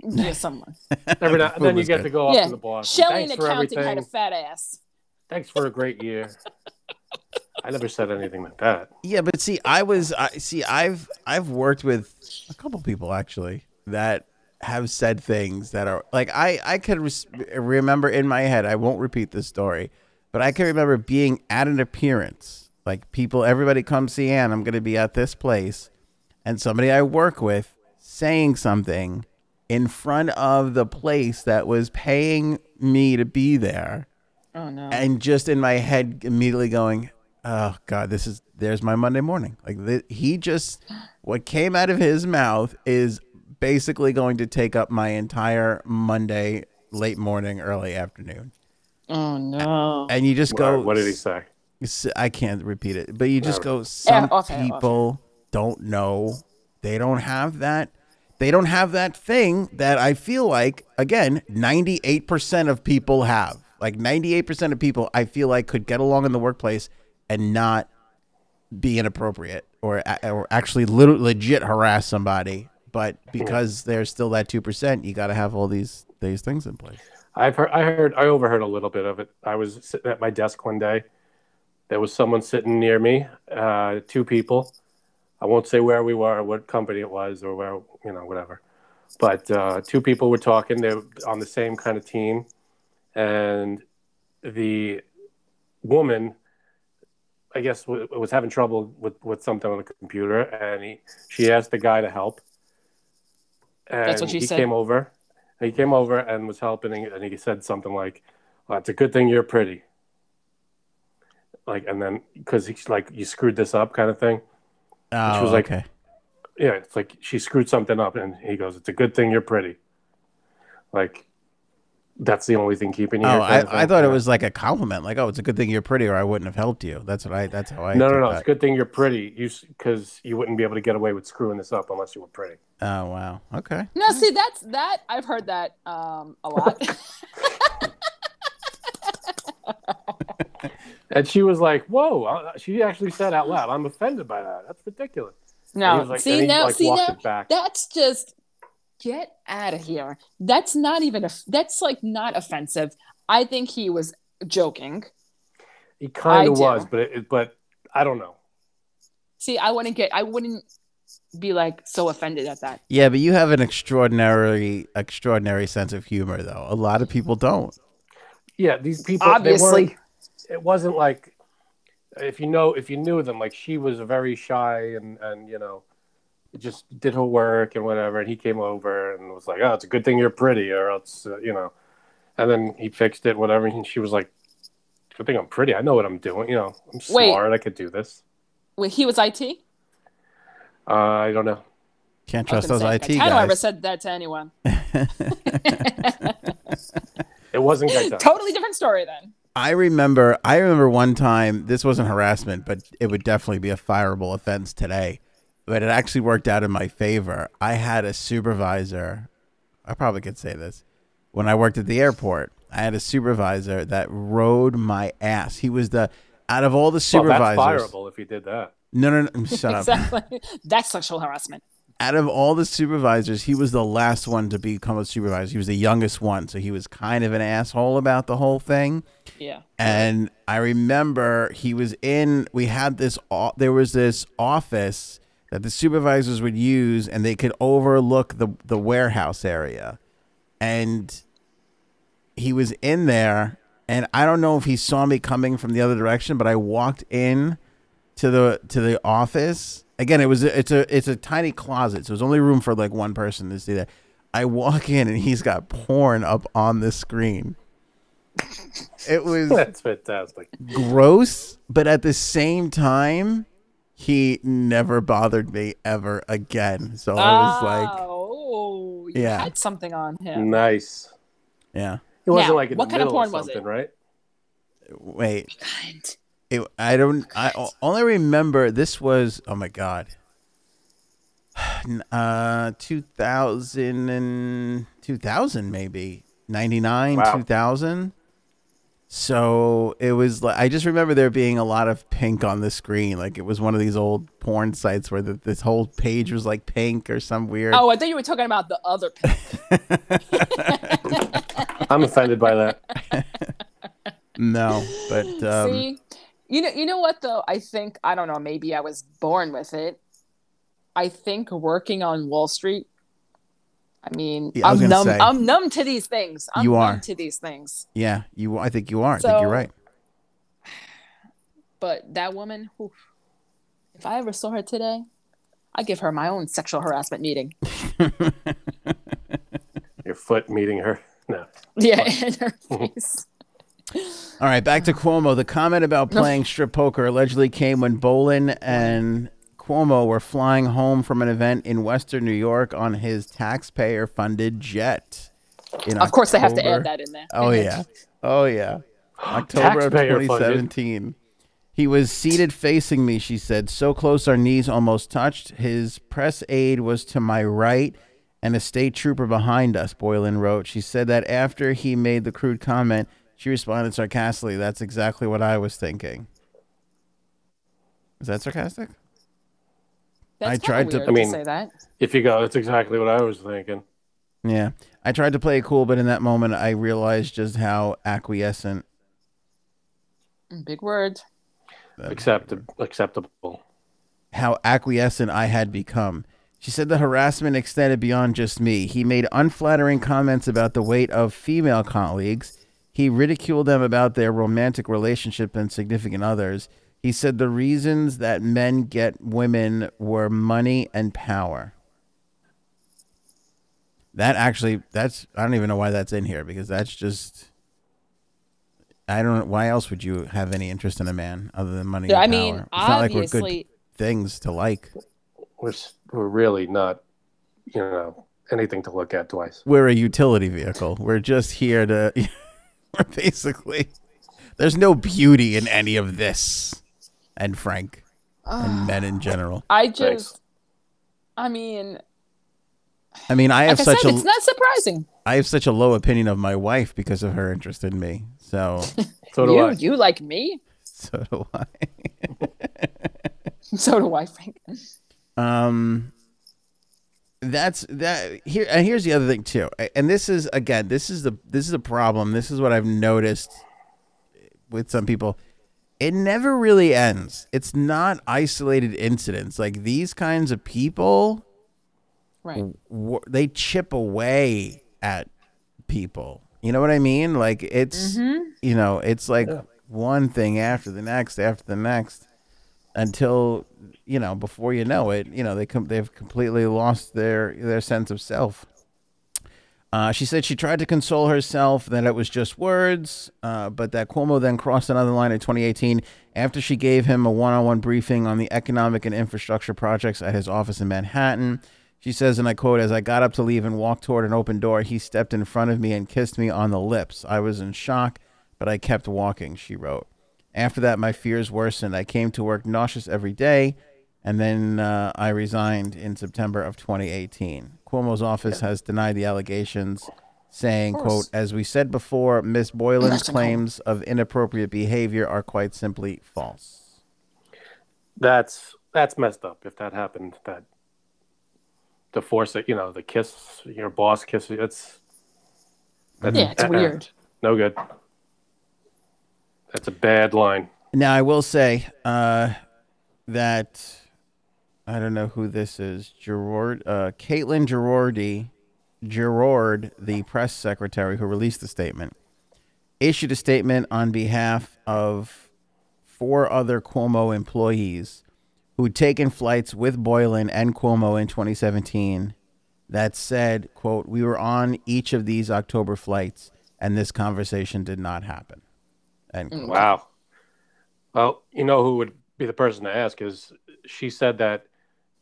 Speaker 3: Yeah, someone.
Speaker 2: Every now
Speaker 1: The
Speaker 2: and
Speaker 1: food
Speaker 2: then you
Speaker 1: was
Speaker 2: get
Speaker 1: good.
Speaker 2: to go up
Speaker 3: Yeah.
Speaker 2: to the boss. and,
Speaker 3: Shelly in
Speaker 2: Thanks for
Speaker 3: accounting had
Speaker 2: everything.
Speaker 3: a fat ass.
Speaker 2: Thanks for a great year. I never said anything like that.
Speaker 1: Yeah, but see, I was, I see, I've, I've worked with a couple people actually that have said things that are like I I could res- remember in my head. I won't repeat this story, but I can remember being at an appearance. Like people, everybody come see Ann. I'm going to be at this place, and somebody I work with saying something in front of the place that was paying me to be there,
Speaker 3: Oh no.
Speaker 1: and just in my head immediately going, "Oh God, this is there's my Monday morning." Like th- he just what came out of his mouth is basically going to take up my entire Monday late morning, early afternoon.
Speaker 3: oh no.
Speaker 1: And you just go,
Speaker 2: What, what did he say?
Speaker 1: S- I can't repeat it, but you just go.
Speaker 3: Yeah,
Speaker 1: Some
Speaker 3: off air, off air.
Speaker 1: people don't know. They don't have that. They don't have that thing that I feel like again, ninety eight percent of people have. Like ninety eight percent of people, I feel like could get along in the workplace and not be inappropriate or a- or actually lit- legit harass somebody. But because there's still that two percent, you got to have all these these things in place.
Speaker 2: I've heard, I heard, I overheard a little bit of it. I was sitting at my desk one day. There was someone sitting near me, uh, two people. I won't say where we were, what company it was, or where you know, whatever. But uh, two people were talking. They're on the same kind of team, and the woman, I guess, w- was having trouble with with something on the computer, and he, she asked the guy to help. And
Speaker 3: That's what she
Speaker 2: he
Speaker 3: said.
Speaker 2: came over. He came over and was helping, and he said something like, well, "It's a good thing you're pretty." Like, and then because he's like, "You screwed this up," kind of thing
Speaker 1: Oh,
Speaker 2: was like-
Speaker 1: okay.
Speaker 2: yeah, it's like she screwed something up, and he goes, "It's a good thing you're pretty." Like, that's the only thing keeping you.
Speaker 1: Oh,
Speaker 2: here kind of
Speaker 1: I, I
Speaker 2: thing.
Speaker 1: thought it was like a compliment. Like, oh, it's a good thing you're pretty, or I wouldn't have helped you. That's what I. That's how I.
Speaker 2: No, no,
Speaker 1: took
Speaker 2: no. It's
Speaker 1: that.
Speaker 2: a good thing you're pretty. You because you wouldn't be able to get away with screwing this up unless you were pretty.
Speaker 1: Oh wow. Okay.
Speaker 3: No, see that's that I've heard that um a lot.
Speaker 2: And she was like, "Whoa!" uh, She actually said out loud, "I'm offended by that. That's ridiculous." And he
Speaker 3: no.
Speaker 2: was like- and
Speaker 3: see
Speaker 2: he,
Speaker 3: now
Speaker 2: like,
Speaker 3: see
Speaker 2: walked
Speaker 3: now
Speaker 2: it back.
Speaker 3: that's just get out of here. That's not even a that's like not offensive. I think he was joking.
Speaker 2: He kind
Speaker 3: I
Speaker 2: of
Speaker 3: do.
Speaker 2: was, but it, but I don't know.
Speaker 3: See, I wouldn't get I wouldn't be like so offended at that.
Speaker 1: Yeah, but you have an extraordinary, extraordinary sense of humor, though. A lot of people don't.
Speaker 2: Yeah, these people. they weren't-
Speaker 3: Obviously.
Speaker 2: it wasn't like if you know if you knew them like she was very shy and and you know just did her work and whatever and he came over and was like oh it's a good thing you're pretty or else uh, you know and then he fixed it whatever and she was like good thing i'm pretty i know what i'm doing you know i'm
Speaker 3: Wait.
Speaker 2: smart i could do this
Speaker 3: Wait, he was IT?
Speaker 2: uh, i don't know
Speaker 1: Can't
Speaker 3: I was
Speaker 1: trust
Speaker 3: gonna
Speaker 1: those
Speaker 3: say,
Speaker 1: IT
Speaker 3: like, How do I ever
Speaker 1: guys.
Speaker 3: said that to anyone?
Speaker 2: it wasn't like that
Speaker 3: totally different story then.
Speaker 1: I remember. I remember one time. This wasn't harassment, but it would definitely be a fireable offense today. But it actually worked out in my favor. I had a supervisor. I probably could say this. When I worked at the airport, I had a supervisor that rode my ass. He was the out of all the
Speaker 2: well,
Speaker 1: supervisors.
Speaker 2: that's fireable if you did that
Speaker 1: No, no, no. Shut up.
Speaker 3: Exactly. That's sexual harassment.
Speaker 1: out of all the supervisors, he was the last one to become a supervisor. He was the youngest one, so he was kind of an asshole about the whole thing.
Speaker 3: Yeah.
Speaker 1: And I remember he was in. We had this. o- There was this office that the supervisors would use, and they could overlook the the warehouse area. And he was in there, and I don't know if he saw me coming from the other direction, but I walked in to the to the office. Again, it was a, it's a it's a tiny closet, so there's only room for like one person to see there. I walk in, and he's got porn up on the screen. It was
Speaker 2: that's fantastic
Speaker 1: gross, but at the same time, he never bothered me ever again. So I was like,
Speaker 3: oh, you
Speaker 1: Yeah.
Speaker 3: had something on him.
Speaker 2: nice
Speaker 1: yeah,
Speaker 2: it wasn't
Speaker 3: Now,
Speaker 2: like in
Speaker 3: what
Speaker 2: the
Speaker 3: kind of
Speaker 2: middle
Speaker 3: porn
Speaker 2: or
Speaker 3: was it?
Speaker 2: something right
Speaker 1: wait,
Speaker 3: God.
Speaker 1: it, I don't, I o- only remember this was, oh my God, uh, 2000 and 2000, maybe 99,
Speaker 2: Wow.
Speaker 1: 2000. So it was like, I just remember there being a lot of pink on the screen. Like it was one of these old porn sites where the, this whole page was like pink or some weird.
Speaker 3: Oh, I thought you were talking about the other pig.
Speaker 2: i'm offended by that
Speaker 1: No, but um,
Speaker 3: See, you know, you know what though? I think I don't know. Maybe I was born with it. I think working on Wall Street I mean,
Speaker 1: Yeah, I was
Speaker 3: I'm
Speaker 1: gonna say.
Speaker 3: numb. I'm numb to these things. I'm
Speaker 1: You
Speaker 3: numb
Speaker 1: are.
Speaker 3: to these things.
Speaker 1: Yeah, you. I think you are. I think
Speaker 3: So-
Speaker 1: you're right.
Speaker 3: But that woman, who, if I ever saw her today, I give her my own sexual harassment meeting.
Speaker 2: Your foot meeting her. No.
Speaker 3: Yeah, in her face.
Speaker 1: All right, back to Cuomo. The comment about
Speaker 3: Ah. No.
Speaker 1: playing strip poker allegedly came when Bolin and Cuomo were flying home from an event in Western New York on his taxpayer-funded jet. In
Speaker 3: Of course, I have to
Speaker 1: October-
Speaker 3: add that in there.
Speaker 1: Oh yeah. Oh yeah. October of
Speaker 2: Taxpayer funded.
Speaker 1: 2017. He was seated facing me, she said, so close our knees almost touched. His press aide was to my right and a state trooper behind us, Boylan wrote. She said that after he made the crude comment, she responded sarcastically, That's exactly what I was thinking. Is that sarcastic?
Speaker 3: That's
Speaker 1: I
Speaker 3: kinda
Speaker 1: tried to-
Speaker 3: weird
Speaker 2: I mean-
Speaker 3: say that.
Speaker 2: If you go, that's exactly what I was thinking.
Speaker 1: Yeah. I tried to play it cool, but in that moment, I realized just how acquiescent.
Speaker 3: Big word.
Speaker 1: that-
Speaker 2: Acceptable. Acceptable.
Speaker 1: how acquiescent I had become. She said the harassment extended beyond just me. He made unflattering comments about the weight of female colleagues. He ridiculed them about their romantic relationship and significant others. He said the reasons that men get women were money and power. That actually, that's, I don't even know why that's in here because that's just, I don't, why else would you have any interest in a man other than money
Speaker 3: Yeah, I
Speaker 1: and
Speaker 3: mean,
Speaker 1: power?
Speaker 3: obviously,
Speaker 1: things to like.
Speaker 2: We're, s- we're really not, you know, anything to look at twice.
Speaker 1: We're a utility vehicle. We're just here to we're basically there's no beauty in any of this. And Frank
Speaker 3: Ah.
Speaker 1: and men in general.
Speaker 3: I just,
Speaker 2: Thanks.
Speaker 3: I mean,
Speaker 1: I mean, I have
Speaker 3: like I
Speaker 1: such
Speaker 3: said,
Speaker 1: a I
Speaker 3: it's not surprising.
Speaker 1: have such a low opinion of my wife because of her interest in me. So
Speaker 2: So do
Speaker 3: You,
Speaker 2: I.
Speaker 3: you like me?
Speaker 1: so do I.
Speaker 3: So do I, Frank.
Speaker 1: Um, that's that here. And here's the other thing too. A- And this is again, this is the this is a problem. This is what I've noticed with some people. It never really ends. It's not isolated incidents. Like these kinds of people,
Speaker 3: Right.
Speaker 1: Mm. wh- they chip away at people. You know what I mean? Like it's you know, it's like one thing after the next after the next until you know, before you know it, you know, they com- they've completely lost their their sense of self. Uh, she said she tried to console herself that it was just words, uh, but that Cuomo then crossed another line in 2018 after she gave him a one on one briefing on the economic and infrastructure projects at his office in Manhattan. She says, and I quote, as I got up to leave and walked toward an open door, he stepped in front of me and kissed me on the lips. I was in shock, but I kept walking, she wrote. After that, my fears worsened. I came to work nauseous every day, and then uh, I resigned in September of 2018. Cuomo's office has denied the allegations, saying,
Speaker 3: Of
Speaker 1: "quote
Speaker 3: course.
Speaker 1: As we said before, Miss Boylan's
Speaker 3: That's a no.
Speaker 1: claims of inappropriate behavior are quite simply false."
Speaker 2: That's that's messed up. If that happened, that to force it, you know, the kiss, your boss kiss, it's that's
Speaker 3: Yeah, it's
Speaker 2: uh-uh.
Speaker 3: weird.
Speaker 2: No good. That's a bad line.
Speaker 1: Now, I will say uh, that I don't know who this is. Gerard, uh, Caitlin Gerardi, Gerard, the press secretary who released the statement, issued a statement on behalf of four other Cuomo employees who'd taken flights with Boylan and Cuomo in 2017 that said, quote, we were on each of these October flights and this conversation did not happen. End quote.
Speaker 2: Wow. Well, you know who would be the person to ask is she said that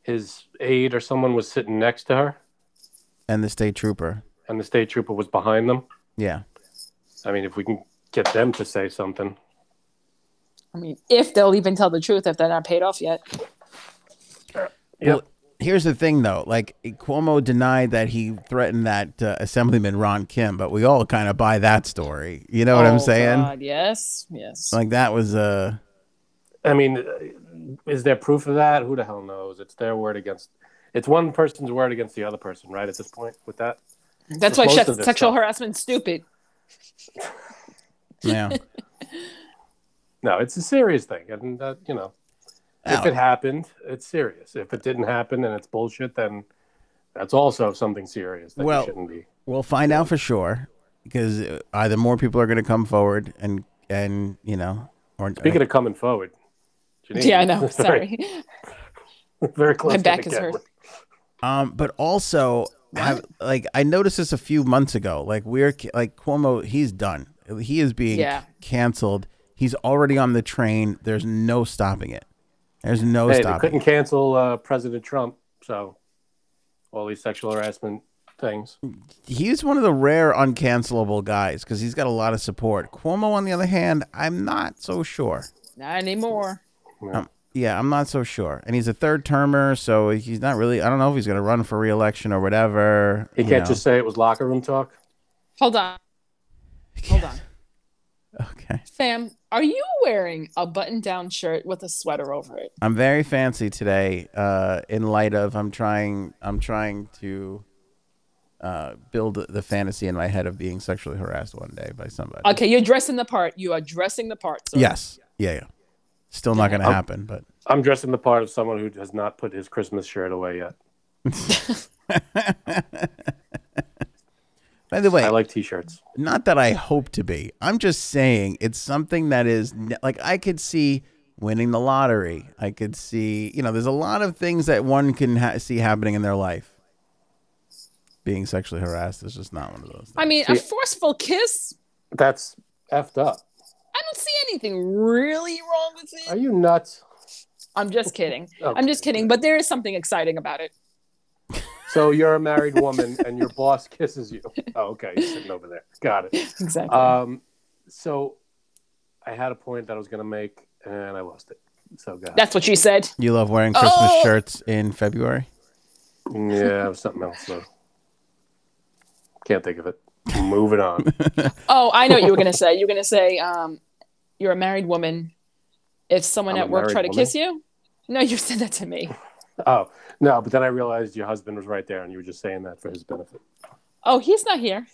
Speaker 2: his aide or someone was sitting next to her
Speaker 1: And the state trooper.
Speaker 2: and the state trooper was behind them.
Speaker 1: Yeah.
Speaker 2: I mean, if we can get them to say something.
Speaker 3: I mean, if they'll even tell the truth if they're not paid off yet.
Speaker 2: Yep.
Speaker 1: here's the thing, though. Like Cuomo denied that he threatened that uh, Assemblyman Ron Kim, but we all kind of buy that story. You know what I'm
Speaker 3: Oh,
Speaker 1: saying?
Speaker 3: God, yes, yes.
Speaker 1: Like that was uh
Speaker 2: I mean, is there proof of that? Who the hell knows? It's their word against. It's one person's word against the other person, right? At this point, with that.
Speaker 3: That's why
Speaker 2: most
Speaker 3: shit-
Speaker 2: of this
Speaker 3: sexual
Speaker 2: stuff.
Speaker 3: harassment's stupid.
Speaker 1: yeah.
Speaker 2: No, it's a serious thing, and that you know, if
Speaker 1: Oh.
Speaker 2: it happened, it's serious. If it didn't happen and it's bullshit, then That's also something serious that you
Speaker 1: Well-
Speaker 2: shouldn't be.
Speaker 1: We'll find out for sure because uh, either more people are going to come forward and and you know or
Speaker 2: Speaking of coming forward, Janine,
Speaker 3: Yeah, I know. Sorry.
Speaker 2: very close.
Speaker 3: My
Speaker 2: to
Speaker 3: back
Speaker 2: the
Speaker 3: is
Speaker 2: camera.
Speaker 3: hurt.
Speaker 1: um but also have, like I noticed this a few months ago like we're ca- like Cuomo he's done he is being
Speaker 3: Yeah.
Speaker 1: canceled he's already on the train there's no stopping it there's no
Speaker 2: Hey, they
Speaker 1: stopping
Speaker 2: couldn't cancel uh, President Trump, so all these sexual harassment things.
Speaker 1: he's one of the rare uncancelable guys because he's got a lot of support Cuomo on the other hand I'm not so sure
Speaker 3: Not anymore.
Speaker 1: Um, yeah, I'm not so sure. And he's a third termer, so he's not really. I don't know if he's going to run for reelection or whatever.
Speaker 2: He
Speaker 1: you
Speaker 2: can't
Speaker 1: know.
Speaker 2: just say it was locker room talk.
Speaker 3: Hold on. Hold on.
Speaker 1: Okay,
Speaker 3: Sam, are you wearing a button down shirt with a sweater over it?
Speaker 1: I'm very fancy today. Uh, in light of I'm trying, I'm trying to uh, build the fantasy in my head of being sexually harassed one day by somebody.
Speaker 3: Okay, you're dressing the part. You are dressing the part. sir.
Speaker 1: Yes. Yeah. Yeah. Still not going to
Speaker 2: Um,
Speaker 1: happen, but
Speaker 2: I'm dressing the part of someone who has not put his Christmas shirt away yet.
Speaker 1: by the way,
Speaker 2: I like t-shirts.
Speaker 1: not that I hope to be. I'm just saying it's something that is ne- like I could see winning the lottery. I could see, you know, there's a lot of things that one can ha- see happening in their life. Being sexually harassed is just not one of those. Things.
Speaker 3: I mean, a forceful kiss.
Speaker 2: That's effed up.
Speaker 3: I don't see anything really wrong with
Speaker 2: Are
Speaker 3: it.
Speaker 2: you nuts? Oh,
Speaker 3: I'm just kidding.
Speaker 2: Okay.
Speaker 3: I'm just kidding. But there is something exciting about it.
Speaker 2: So you're a married woman and your boss kisses you. Oh, okay, you're sitting over there. Got it.
Speaker 3: Exactly.
Speaker 2: Um, so I had a point that I was gonna make and I lost it. So God.
Speaker 3: That's what she said.
Speaker 1: you love wearing Christmas
Speaker 3: Oh!
Speaker 1: shirts in February.
Speaker 2: Yeah, it was something else though. Can't think of it. Moving on.
Speaker 3: Oh, I know what you were gonna say. You're gonna say, um, "You're a married woman." If someone
Speaker 2: I'm
Speaker 3: at
Speaker 2: a
Speaker 3: work
Speaker 2: married
Speaker 3: tried to
Speaker 2: woman?
Speaker 3: kiss you, no, you said that to me.
Speaker 2: Oh no, but then I realized your husband was right there, and you were just saying that for his benefit.
Speaker 3: Oh, he's not here.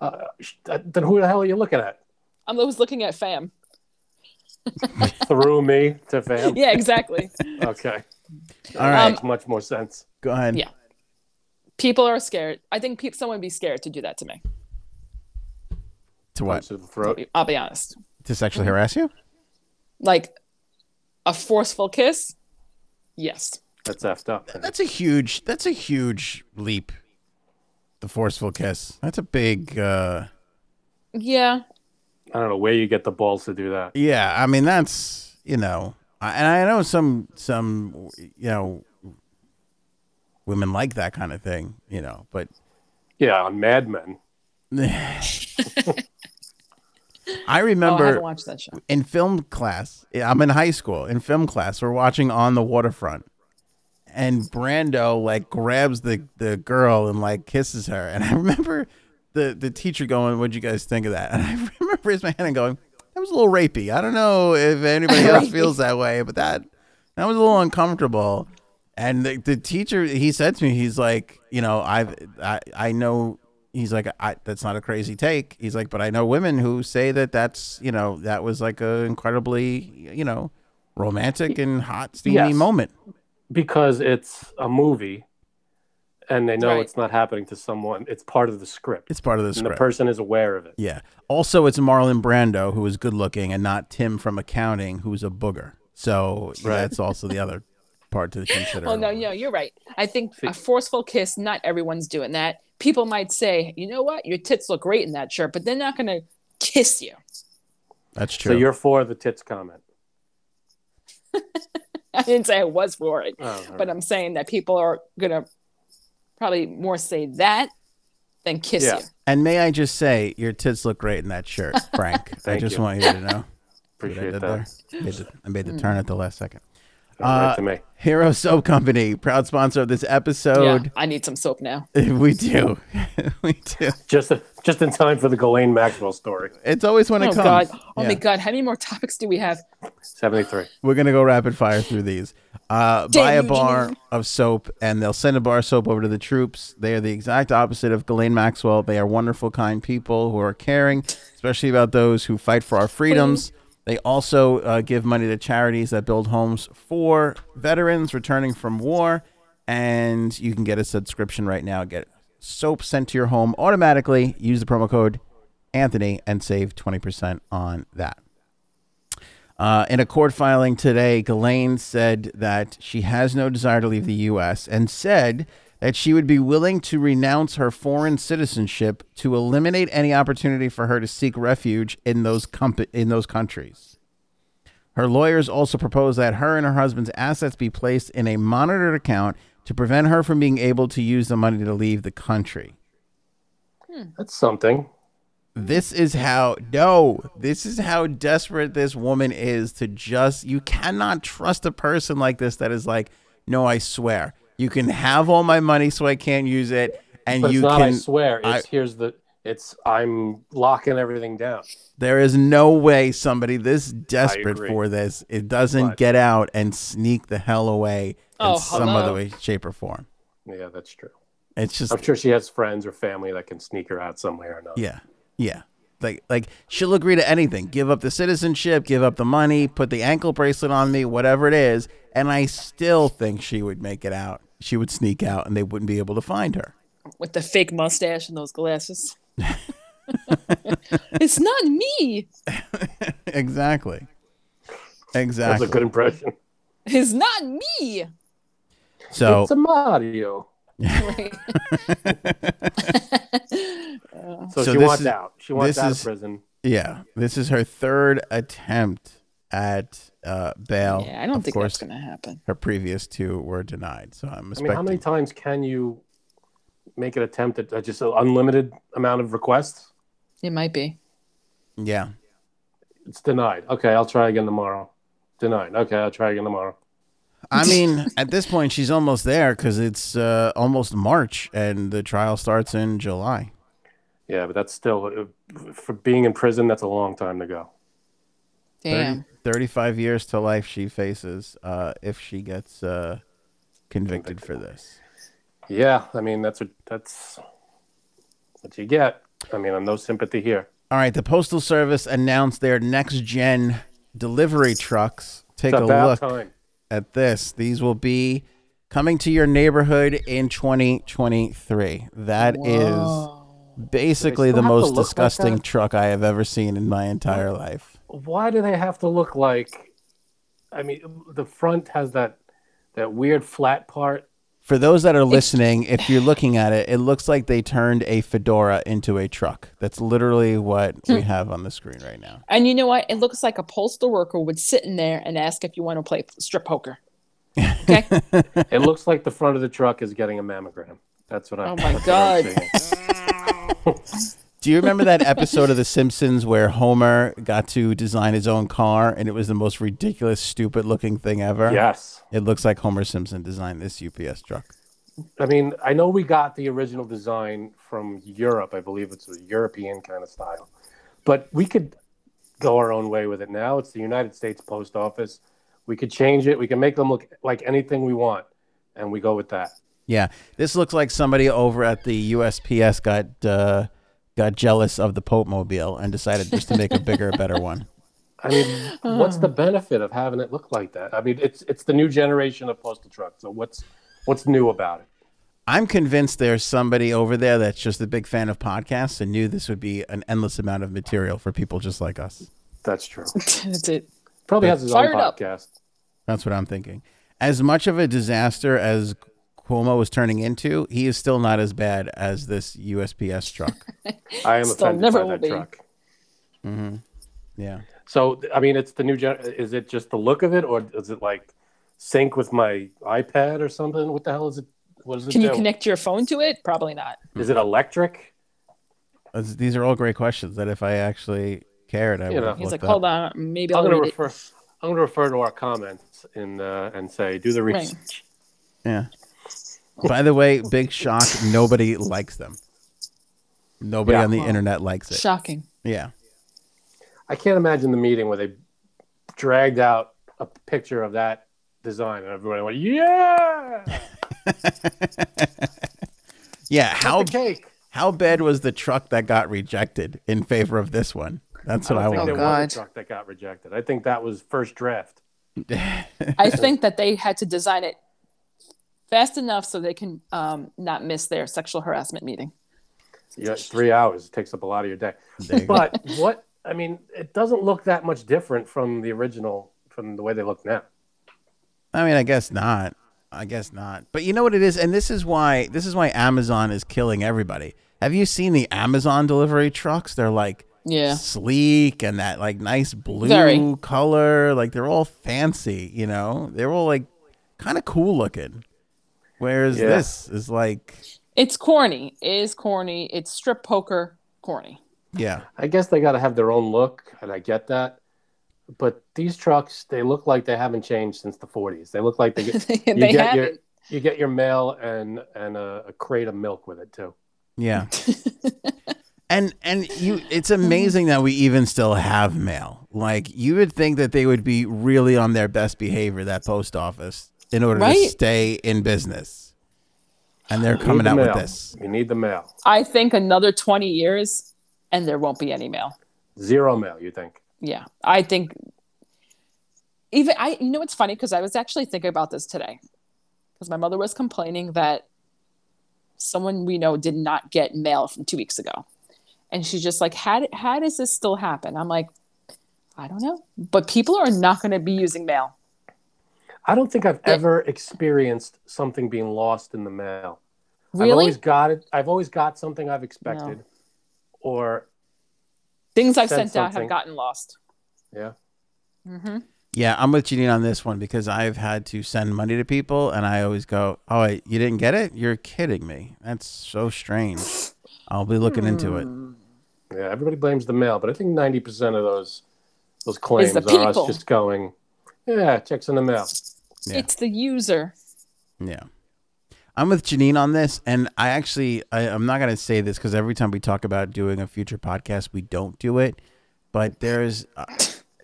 Speaker 2: Uh, sh- then who the hell are you looking at?
Speaker 3: I was looking at fam.
Speaker 2: Through me to fam.
Speaker 3: Yeah, exactly.
Speaker 2: Okay,
Speaker 1: All right,
Speaker 2: makes much more sense.
Speaker 1: go ahead.
Speaker 3: Um, yeah. People are scared. I think peop someone would be scared to do that to me.
Speaker 1: To what?
Speaker 2: To the throat.
Speaker 3: I'll be honest.
Speaker 1: To
Speaker 3: Mm-hmm.
Speaker 1: sexually harass you?
Speaker 3: Like a forceful kiss. Yes.
Speaker 2: That's effed up.
Speaker 1: That's a huge. That's a huge leap. The forceful kiss. That's a big. uh
Speaker 3: Yeah. oh,
Speaker 2: I don't know where you get the balls to do that.
Speaker 1: Yeah, I mean that's you know, I, and I know some some you know women like that kind of thing, you know, but
Speaker 2: Yeah, on Mad Men.
Speaker 1: I
Speaker 3: oh, I
Speaker 1: remember
Speaker 3: haven't watched that show.
Speaker 1: in film class, I'm in high school. In film class, we're watching on the waterfront, and Brando like grabs the the girl and like kisses her, and I remember the the teacher going, "What'd you guys think of that?" And I remember raising my hand and going, "That was a little rapey." I don't know if anybody else feels that way, but that that was a little uncomfortable. And the, the teacher, he said to me, he's like, you know, I've, I, I know, he's like, I, that's not a crazy take. He's like, but I know women who say that that's, you know, that was like a incredibly, you know, romantic and hot, steamy
Speaker 2: Yes.
Speaker 1: moment.
Speaker 2: because it's a movie and they know
Speaker 3: Right.
Speaker 2: it's not happening to someone it's part of the script
Speaker 1: It's part of the
Speaker 2: and the
Speaker 1: script.
Speaker 2: person is aware of it
Speaker 1: yeah. Also, it's Marlon Brando who is good looking and not Tim from accounting who's a booger. So
Speaker 2: Right.
Speaker 1: that's also the other part to consider.
Speaker 3: Oh no, no, you're right. I think a forceful kiss, not everyone's doing that. People might say, you know what, your tits look great in that shirt, but they're not gonna kiss you.
Speaker 1: That's
Speaker 2: so
Speaker 1: true.
Speaker 2: you're for the tits comment
Speaker 3: I didn't say I was for it,
Speaker 2: oh, all right.
Speaker 3: but I'm saying that people are gonna probably more say that than kiss
Speaker 2: Yeah.
Speaker 3: you.
Speaker 1: and may I just say, your tits look great in that shirt, Frank. I
Speaker 2: Thank
Speaker 1: just
Speaker 2: you.
Speaker 1: want you to know.
Speaker 2: appreciate
Speaker 1: what
Speaker 2: that
Speaker 1: I did there. Made the- I made the turn at the last second.
Speaker 2: All
Speaker 1: Uh,
Speaker 2: right to me
Speaker 1: Hero Soap Company, proud sponsor of this episode.
Speaker 3: Yeah, I need some soap now.
Speaker 1: We do. we do.
Speaker 2: just just in time for the Ghislaine Maxwell story
Speaker 1: It's always when it
Speaker 3: oh
Speaker 1: comes.
Speaker 3: God! Oh my
Speaker 1: Yeah.
Speaker 3: God! How many more topics do we have?
Speaker 2: 73
Speaker 1: We're going to go rapid fire through these. Uh,
Speaker 3: Damn
Speaker 1: buy a
Speaker 3: you,
Speaker 1: bar
Speaker 3: Janine.
Speaker 1: of soap, and they'll send a bar of soap over to the troops. They are the exact opposite of Ghislaine Maxwell. They are wonderful, kind people who are caring, especially about those who fight for our freedoms. They also uh, give money to charities that build homes for veterans returning from war. and you can get a subscription right now. Get soap sent to your home automatically. Use the promo code Anthony and save 20% on that. Uh, in a court filing today, Ghislaine said that she has no desire to leave the U.S. and said that she would be willing to renounce her foreign citizenship to eliminate any opportunity for her to seek refuge in those comp- in those countries. Her lawyers also proposed that her and her husband's assets be placed in a monitored account to prevent her from being able to use the money to leave the country.
Speaker 2: That's something.
Speaker 1: This is how no, this is how desperate this woman is to just you cannot trust a person like this that is like, no, I swear. You can have all my money so I can't use it and
Speaker 2: But
Speaker 1: you
Speaker 2: it's not.
Speaker 1: can
Speaker 2: I swear. It's
Speaker 1: I-
Speaker 2: here's the. It's I'm locking everything down.
Speaker 1: There is no way somebody this desperate
Speaker 2: agree.
Speaker 1: for this it doesn't
Speaker 2: But-
Speaker 1: get out and sneak the hell away in
Speaker 3: Oh,
Speaker 1: some
Speaker 3: hello.
Speaker 1: other way, shape, or form.
Speaker 2: Yeah, that's true.
Speaker 1: It's just
Speaker 2: I'm sure she has friends or family that can sneak her out somewhere or another.
Speaker 1: yeah, yeah. Like like she'll agree to anything. Give up the citizenship, give up the money, put the ankle bracelet on me, whatever it is, and I still think she would make it out. She would sneak out, and they wouldn't be able to find her.
Speaker 3: with the fake mustache and those glasses. it's not me.
Speaker 1: exactly.
Speaker 2: That's
Speaker 1: Exactly.
Speaker 2: a good impression.
Speaker 3: It's not me.
Speaker 1: so
Speaker 2: It's a Mario.
Speaker 3: Right.
Speaker 2: So,
Speaker 1: So
Speaker 2: she
Speaker 1: this
Speaker 2: wants
Speaker 1: is-
Speaker 2: out. She wants
Speaker 1: this
Speaker 2: out
Speaker 1: is-
Speaker 2: of prison.
Speaker 1: Yeah, this is her third attempt at uh, bail.
Speaker 3: yeah, I don't
Speaker 1: of
Speaker 3: think
Speaker 1: course,
Speaker 3: that's gonna happen.
Speaker 1: her previous two were denied. So I'm
Speaker 2: I mean,
Speaker 1: expecting.
Speaker 2: how many times can you make an attempt at at just an unlimited amount of requests?
Speaker 3: It might be.
Speaker 1: yeah,
Speaker 2: It's denied. Okay, I'll try again tomorrow. Denied. Okay, I'll try again tomorrow.
Speaker 1: I mean, at this point, she's almost there because it's uh, almost March and the trial starts in July.
Speaker 2: Yeah, but that's still uh, for being in prison. That's a long time to go.
Speaker 3: Damn.
Speaker 1: 30 Thirty-five years to life she faces uh, if she gets uh, convicted for this.
Speaker 2: Yeah, I mean that's what that's what you get. I mean, I'm no sympathy here.
Speaker 1: All right, the Postal Service announced their next-gen delivery trucks. Take
Speaker 2: It's
Speaker 1: a
Speaker 2: about
Speaker 1: look.
Speaker 2: time.
Speaker 1: at this. These will be coming to your neighborhood in 2023. That is basically
Speaker 2: Do they
Speaker 1: the
Speaker 2: still have
Speaker 1: most
Speaker 2: to look like
Speaker 1: disgusting
Speaker 2: that?
Speaker 1: truck I have ever seen in my entire life.
Speaker 2: Why do they have to look like? I mean, the front has that that weird flat part.
Speaker 1: For those that are listening, if you're looking at it, it looks like they turned a fedora into a truck. That's literally what we have on the screen right now.
Speaker 3: And you know what? It looks like a postal worker would sit in there and ask if you want to play strip poker. Okay.
Speaker 2: It looks like the front of the truck is getting a mammogram. That's what I.
Speaker 3: Oh my
Speaker 2: that's what I'm
Speaker 3: God.
Speaker 2: seeing.
Speaker 1: Do you remember that episode of The Simpsons where Homer got to design his own car and it was the most ridiculous, stupid looking thing ever?
Speaker 2: Yes,
Speaker 1: It looks like Homer Simpson designed this UPS truck.
Speaker 2: I mean, I know we got the original design from Europe. I believe it's a European kind of style, but we could go our own way with it now. It's the United States Post Office. We could change it. We can make them look like anything we want, and we go with that.
Speaker 1: Yeah, this looks like somebody over at the USPS got uh, got jealous of the Pope Mobile and decided just to make a bigger, better one.
Speaker 2: I mean, what's the benefit of having it look like that? I mean, it's it's the new generation of postal trucks. So what's what's new about it?
Speaker 1: I'm convinced there's somebody over there that's just a big fan of podcasts and knew this would be an endless amount of material for people just like us.
Speaker 2: That's true.
Speaker 3: That's it.
Speaker 2: Probably has his
Speaker 3: Fired
Speaker 2: own
Speaker 3: up.
Speaker 2: podcast.
Speaker 1: That's what I'm thinking. As much of a disaster as Cuomo was turning into, he is still not as bad as this USPS truck.
Speaker 2: I am
Speaker 3: Still
Speaker 2: offended
Speaker 3: never
Speaker 2: by
Speaker 3: will
Speaker 2: that
Speaker 3: be.
Speaker 2: truck.
Speaker 1: Mm-hmm. Yeah.
Speaker 2: So I mean, it's the new gen. Is it just the look of it, or does it like sync with my iPad or something? What the hell is it? What does it
Speaker 3: Can
Speaker 2: do?
Speaker 3: you connect your phone to it? Probably not.
Speaker 2: is it electric?
Speaker 1: Those- These are all great questions that if I actually cared, I
Speaker 2: You
Speaker 1: would
Speaker 2: know.
Speaker 1: have
Speaker 3: He's
Speaker 1: looked
Speaker 3: like,
Speaker 1: up.
Speaker 3: hold on, maybe
Speaker 2: I'm
Speaker 3: I'll
Speaker 2: gonna
Speaker 3: read it.
Speaker 2: refer. I'm gonna refer to our comments in uh, and say do the
Speaker 3: Right.
Speaker 2: research.
Speaker 1: Yeah. By the way, big shock. Nobody likes them. Nobody
Speaker 2: Yeah.
Speaker 1: on the internet likes it.
Speaker 3: Shocking.
Speaker 1: Yeah.
Speaker 2: I can't imagine the meeting where they dragged out a picture of that design and everybody went, "Yeah,
Speaker 1: Yeah. How
Speaker 2: the cake."
Speaker 1: how bad was the truck that got rejected in favor of this one? That's what I, want.
Speaker 2: don't think there
Speaker 3: Oh, God.
Speaker 2: was a truck that got rejected. I think that was first draft.
Speaker 3: I think that they had to design it fast enough so they can um, not miss their sexual harassment meeting.
Speaker 2: Yeah, three hours it takes up a lot of your day.
Speaker 1: There you go.
Speaker 2: But what I mean, it doesn't look that much different from the original, from the way they look now.
Speaker 1: I mean, I guess not. I guess not. But you know what it is, and this is why this is why Amazon is killing everybody. Have you seen the Amazon delivery trucks? They're like
Speaker 3: Yeah.
Speaker 1: sleek and that like nice blue
Speaker 3: Very.
Speaker 1: color. Like they're all fancy, you know. They're all like kind of cool looking. Whereas
Speaker 2: Yeah.
Speaker 1: this is like,
Speaker 3: It's corny. It is corny. It's strip poker corny.
Speaker 1: yeah,
Speaker 2: I guess they got to have their own look, and I get that. But these trucks, they look like they haven't changed since the 40s. They look like they get,
Speaker 3: they
Speaker 2: you get your
Speaker 3: haven't.
Speaker 2: you get your mail and and a, a crate of milk with it too.
Speaker 1: yeah. And and you it's amazing that we even still have mail. Like you would think that they would be really on their best behavior that post office in order to
Speaker 3: Right?
Speaker 1: stay in business. And they're
Speaker 2: You
Speaker 1: coming
Speaker 2: need
Speaker 1: out
Speaker 2: the
Speaker 1: with
Speaker 2: mail.
Speaker 1: this.
Speaker 2: You need the mail.
Speaker 3: I think another 20 years and there won't be any mail.
Speaker 2: Zero mail. You think?
Speaker 3: Yeah. I think even I you know it's funny because I was actually thinking about this today. Because my mother was complaining that someone we know did not get mail from two weeks ago. And she's just like, How d- how does this still happen? I'm like, I don't know. But people are not gonna be using mail.
Speaker 2: I don't think I've
Speaker 3: Yeah.
Speaker 2: ever experienced something being lost in the mail. I've
Speaker 3: Really?
Speaker 2: always got it. I've always got something I've expected, or
Speaker 3: Things I've
Speaker 2: said
Speaker 3: sent out
Speaker 2: something.
Speaker 3: have gotten lost.
Speaker 2: yeah,
Speaker 3: Mm-hmm.
Speaker 1: Yeah, I'm with Janine on this one because I've had to send money to people and I always go, Oh, I, you didn't get it? You're kidding me. That's so strange. I'll be looking into it.
Speaker 2: yeah. Everybody blames the mail, but I think ninety percent of those those claims are us
Speaker 3: people.
Speaker 2: just going, yeah, checks in the mail.
Speaker 1: Yeah.
Speaker 3: It's the user.
Speaker 1: Yeah. I'm with Janine on this, and I actually I, I'm not gonna say this because every time we talk about doing a future podcast, we don't do it. But there's uh,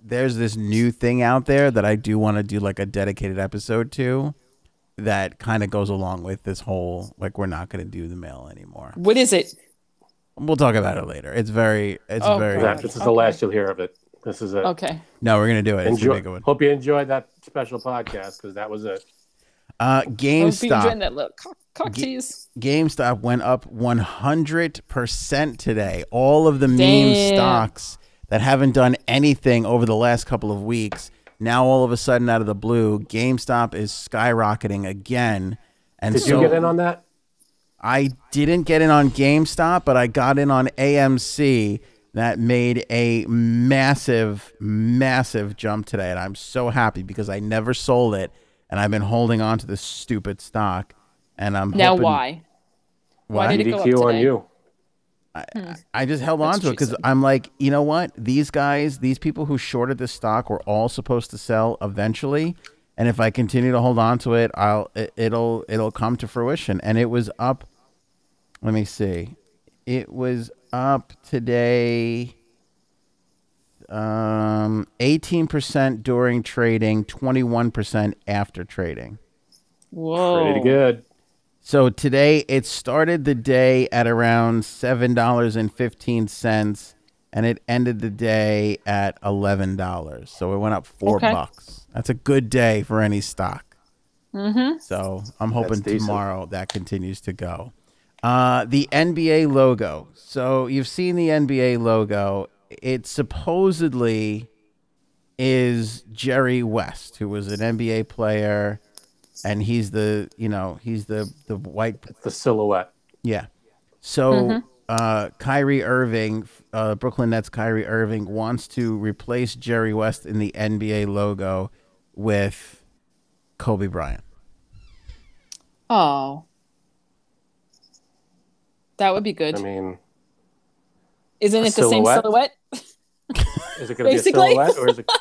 Speaker 1: there's this new thing out there that I do want to do like a dedicated episode to, that kind of goes along with this whole like we're not gonna do the mail anymore.
Speaker 3: What is it?
Speaker 1: We'll talk about it later. It's very it's
Speaker 3: Oh,
Speaker 1: very
Speaker 2: Yeah,
Speaker 3: God.
Speaker 2: this is
Speaker 3: Okay.
Speaker 2: the last you'll hear of it. This is it.
Speaker 3: Okay.
Speaker 1: no we're gonna do it. It's gonna be a
Speaker 2: Enjoy.
Speaker 1: good one.
Speaker 2: Hope you enjoyed that special podcast because that was it.
Speaker 1: Uh,
Speaker 3: Hope you enjoying
Speaker 1: GameStop
Speaker 3: that little cock, cock
Speaker 1: Ge-
Speaker 3: tease.
Speaker 1: GameStop went up 100% today. All of the meme
Speaker 3: Damn.
Speaker 1: stocks that haven't done anything over the last couple of weeks, now all of a sudden out of the blue, GameStop is skyrocketing again. And
Speaker 2: Did
Speaker 1: so
Speaker 2: you get in on that?
Speaker 1: I didn't get in on GameStop, but I got in on AMC that made a massive, massive jump today. And I'm so happy because I never sold it and I've been holding on to this stupid stock. And I'm
Speaker 3: Now,
Speaker 1: hoping-
Speaker 3: why? Why
Speaker 1: What?
Speaker 3: did it go
Speaker 2: DQ
Speaker 3: up
Speaker 2: on
Speaker 3: today?
Speaker 2: you.
Speaker 1: I just held on
Speaker 3: That's
Speaker 1: to it
Speaker 3: what she
Speaker 1: because I'm like, you know what? These guys, these people who shorted this stock were all supposed to sell eventually. And if I continue to hold on to it, I'll it, it'll it'll come to fruition. And it was up. Let me see. It was up today. Um, eighteen percent during trading, twenty one percent after trading.
Speaker 3: Whoa.
Speaker 2: Pretty good.
Speaker 1: So today it started the day at around seven dollars and fifteen cents, and it ended the day at eleven dollars. So it went up four
Speaker 3: Okay.
Speaker 1: bucks. That's a good day for any stock. Mm-hmm. So I'm hoping
Speaker 2: That's decent.
Speaker 1: tomorrow that continues to go. Uh, the NBA logo. So you've seen the NBA logo. It supposedly is Jerry West, who was an NBA player, and he's the you know he's the the white
Speaker 2: The silhouette.
Speaker 1: yeah. So
Speaker 3: Mm-hmm.
Speaker 1: uh, Kyrie Irving, uh, Brooklyn Nets Kyrie Irving wants to replace Jerry West in the NBA logo with Kobe Bryant.
Speaker 3: Oh. That would be good.
Speaker 2: I mean,
Speaker 3: Isn't
Speaker 2: a
Speaker 3: it the same
Speaker 2: silhouette?
Speaker 3: silhouette?
Speaker 2: is it going to be a
Speaker 3: Basically.
Speaker 2: silhouette or is it?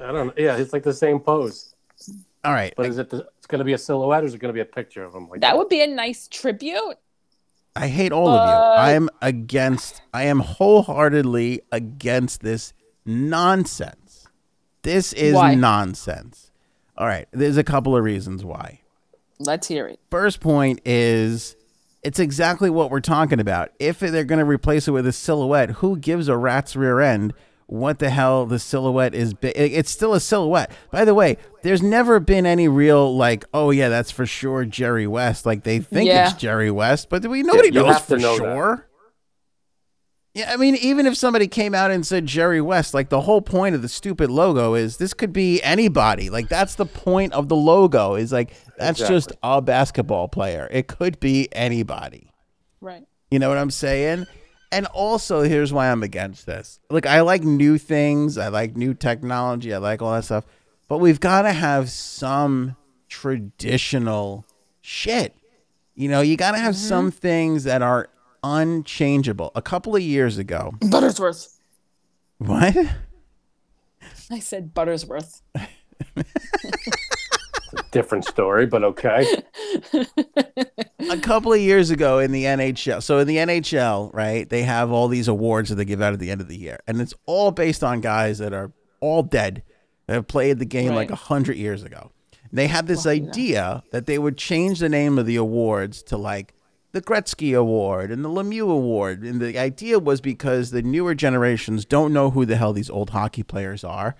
Speaker 2: I don't know. Yeah, it's like the same pose.
Speaker 1: All right.
Speaker 2: But is it? The, it's going to be a silhouette, or is it going to be a picture of him? Like
Speaker 3: That would be a nice tribute.
Speaker 1: I hate all of you.
Speaker 3: But-
Speaker 1: I am against. I am wholeheartedly against this nonsense. This is
Speaker 3: Why?
Speaker 1: nonsense. All right. There's a couple of reasons why.
Speaker 3: Let's hear it.
Speaker 1: first point is it's exactly what we're talking about. If they're going to replace it with a silhouette, who gives a rat's rear end what the hell the silhouette is. Ba- it- it's still a silhouette. By the way, there's never been any real like, oh yeah, that's for sure Jerry West. Like they think
Speaker 3: Yeah.
Speaker 1: it's Jerry West, but we nobody
Speaker 2: you
Speaker 1: knows
Speaker 2: have to
Speaker 1: for
Speaker 2: know that.
Speaker 1: sure. Yeah, I mean, even if somebody came out and said Jerry West, like the whole point of the stupid logo is this could be anybody. Like that's the point of the logo is like that's
Speaker 2: Exactly.
Speaker 1: just a basketball player. It could be anybody.
Speaker 3: Right.
Speaker 1: You know what I'm saying? And also, here's why I'm against this. Look, I like new things. I like new technology. I like all that stuff. But we've got to have some traditional shit. You know, you got to have some things that are unchangeable. A couple of years ago,
Speaker 3: Buttersworth.
Speaker 1: what?
Speaker 3: I said Buttersworth.
Speaker 2: Different story, but okay.
Speaker 1: a couple of years ago in the NHL. So in the NHL, right, they have all these awards that they give out at the end of the year, and it's all based on guys that are all dead that have played the game like
Speaker 3: Right.
Speaker 1: a hundred years ago. And they had this idea that they would change the name of the awards to like the Gretzky Award and the Lemieux Award, and the idea was because the newer generations don't know who the hell these old hockey players are,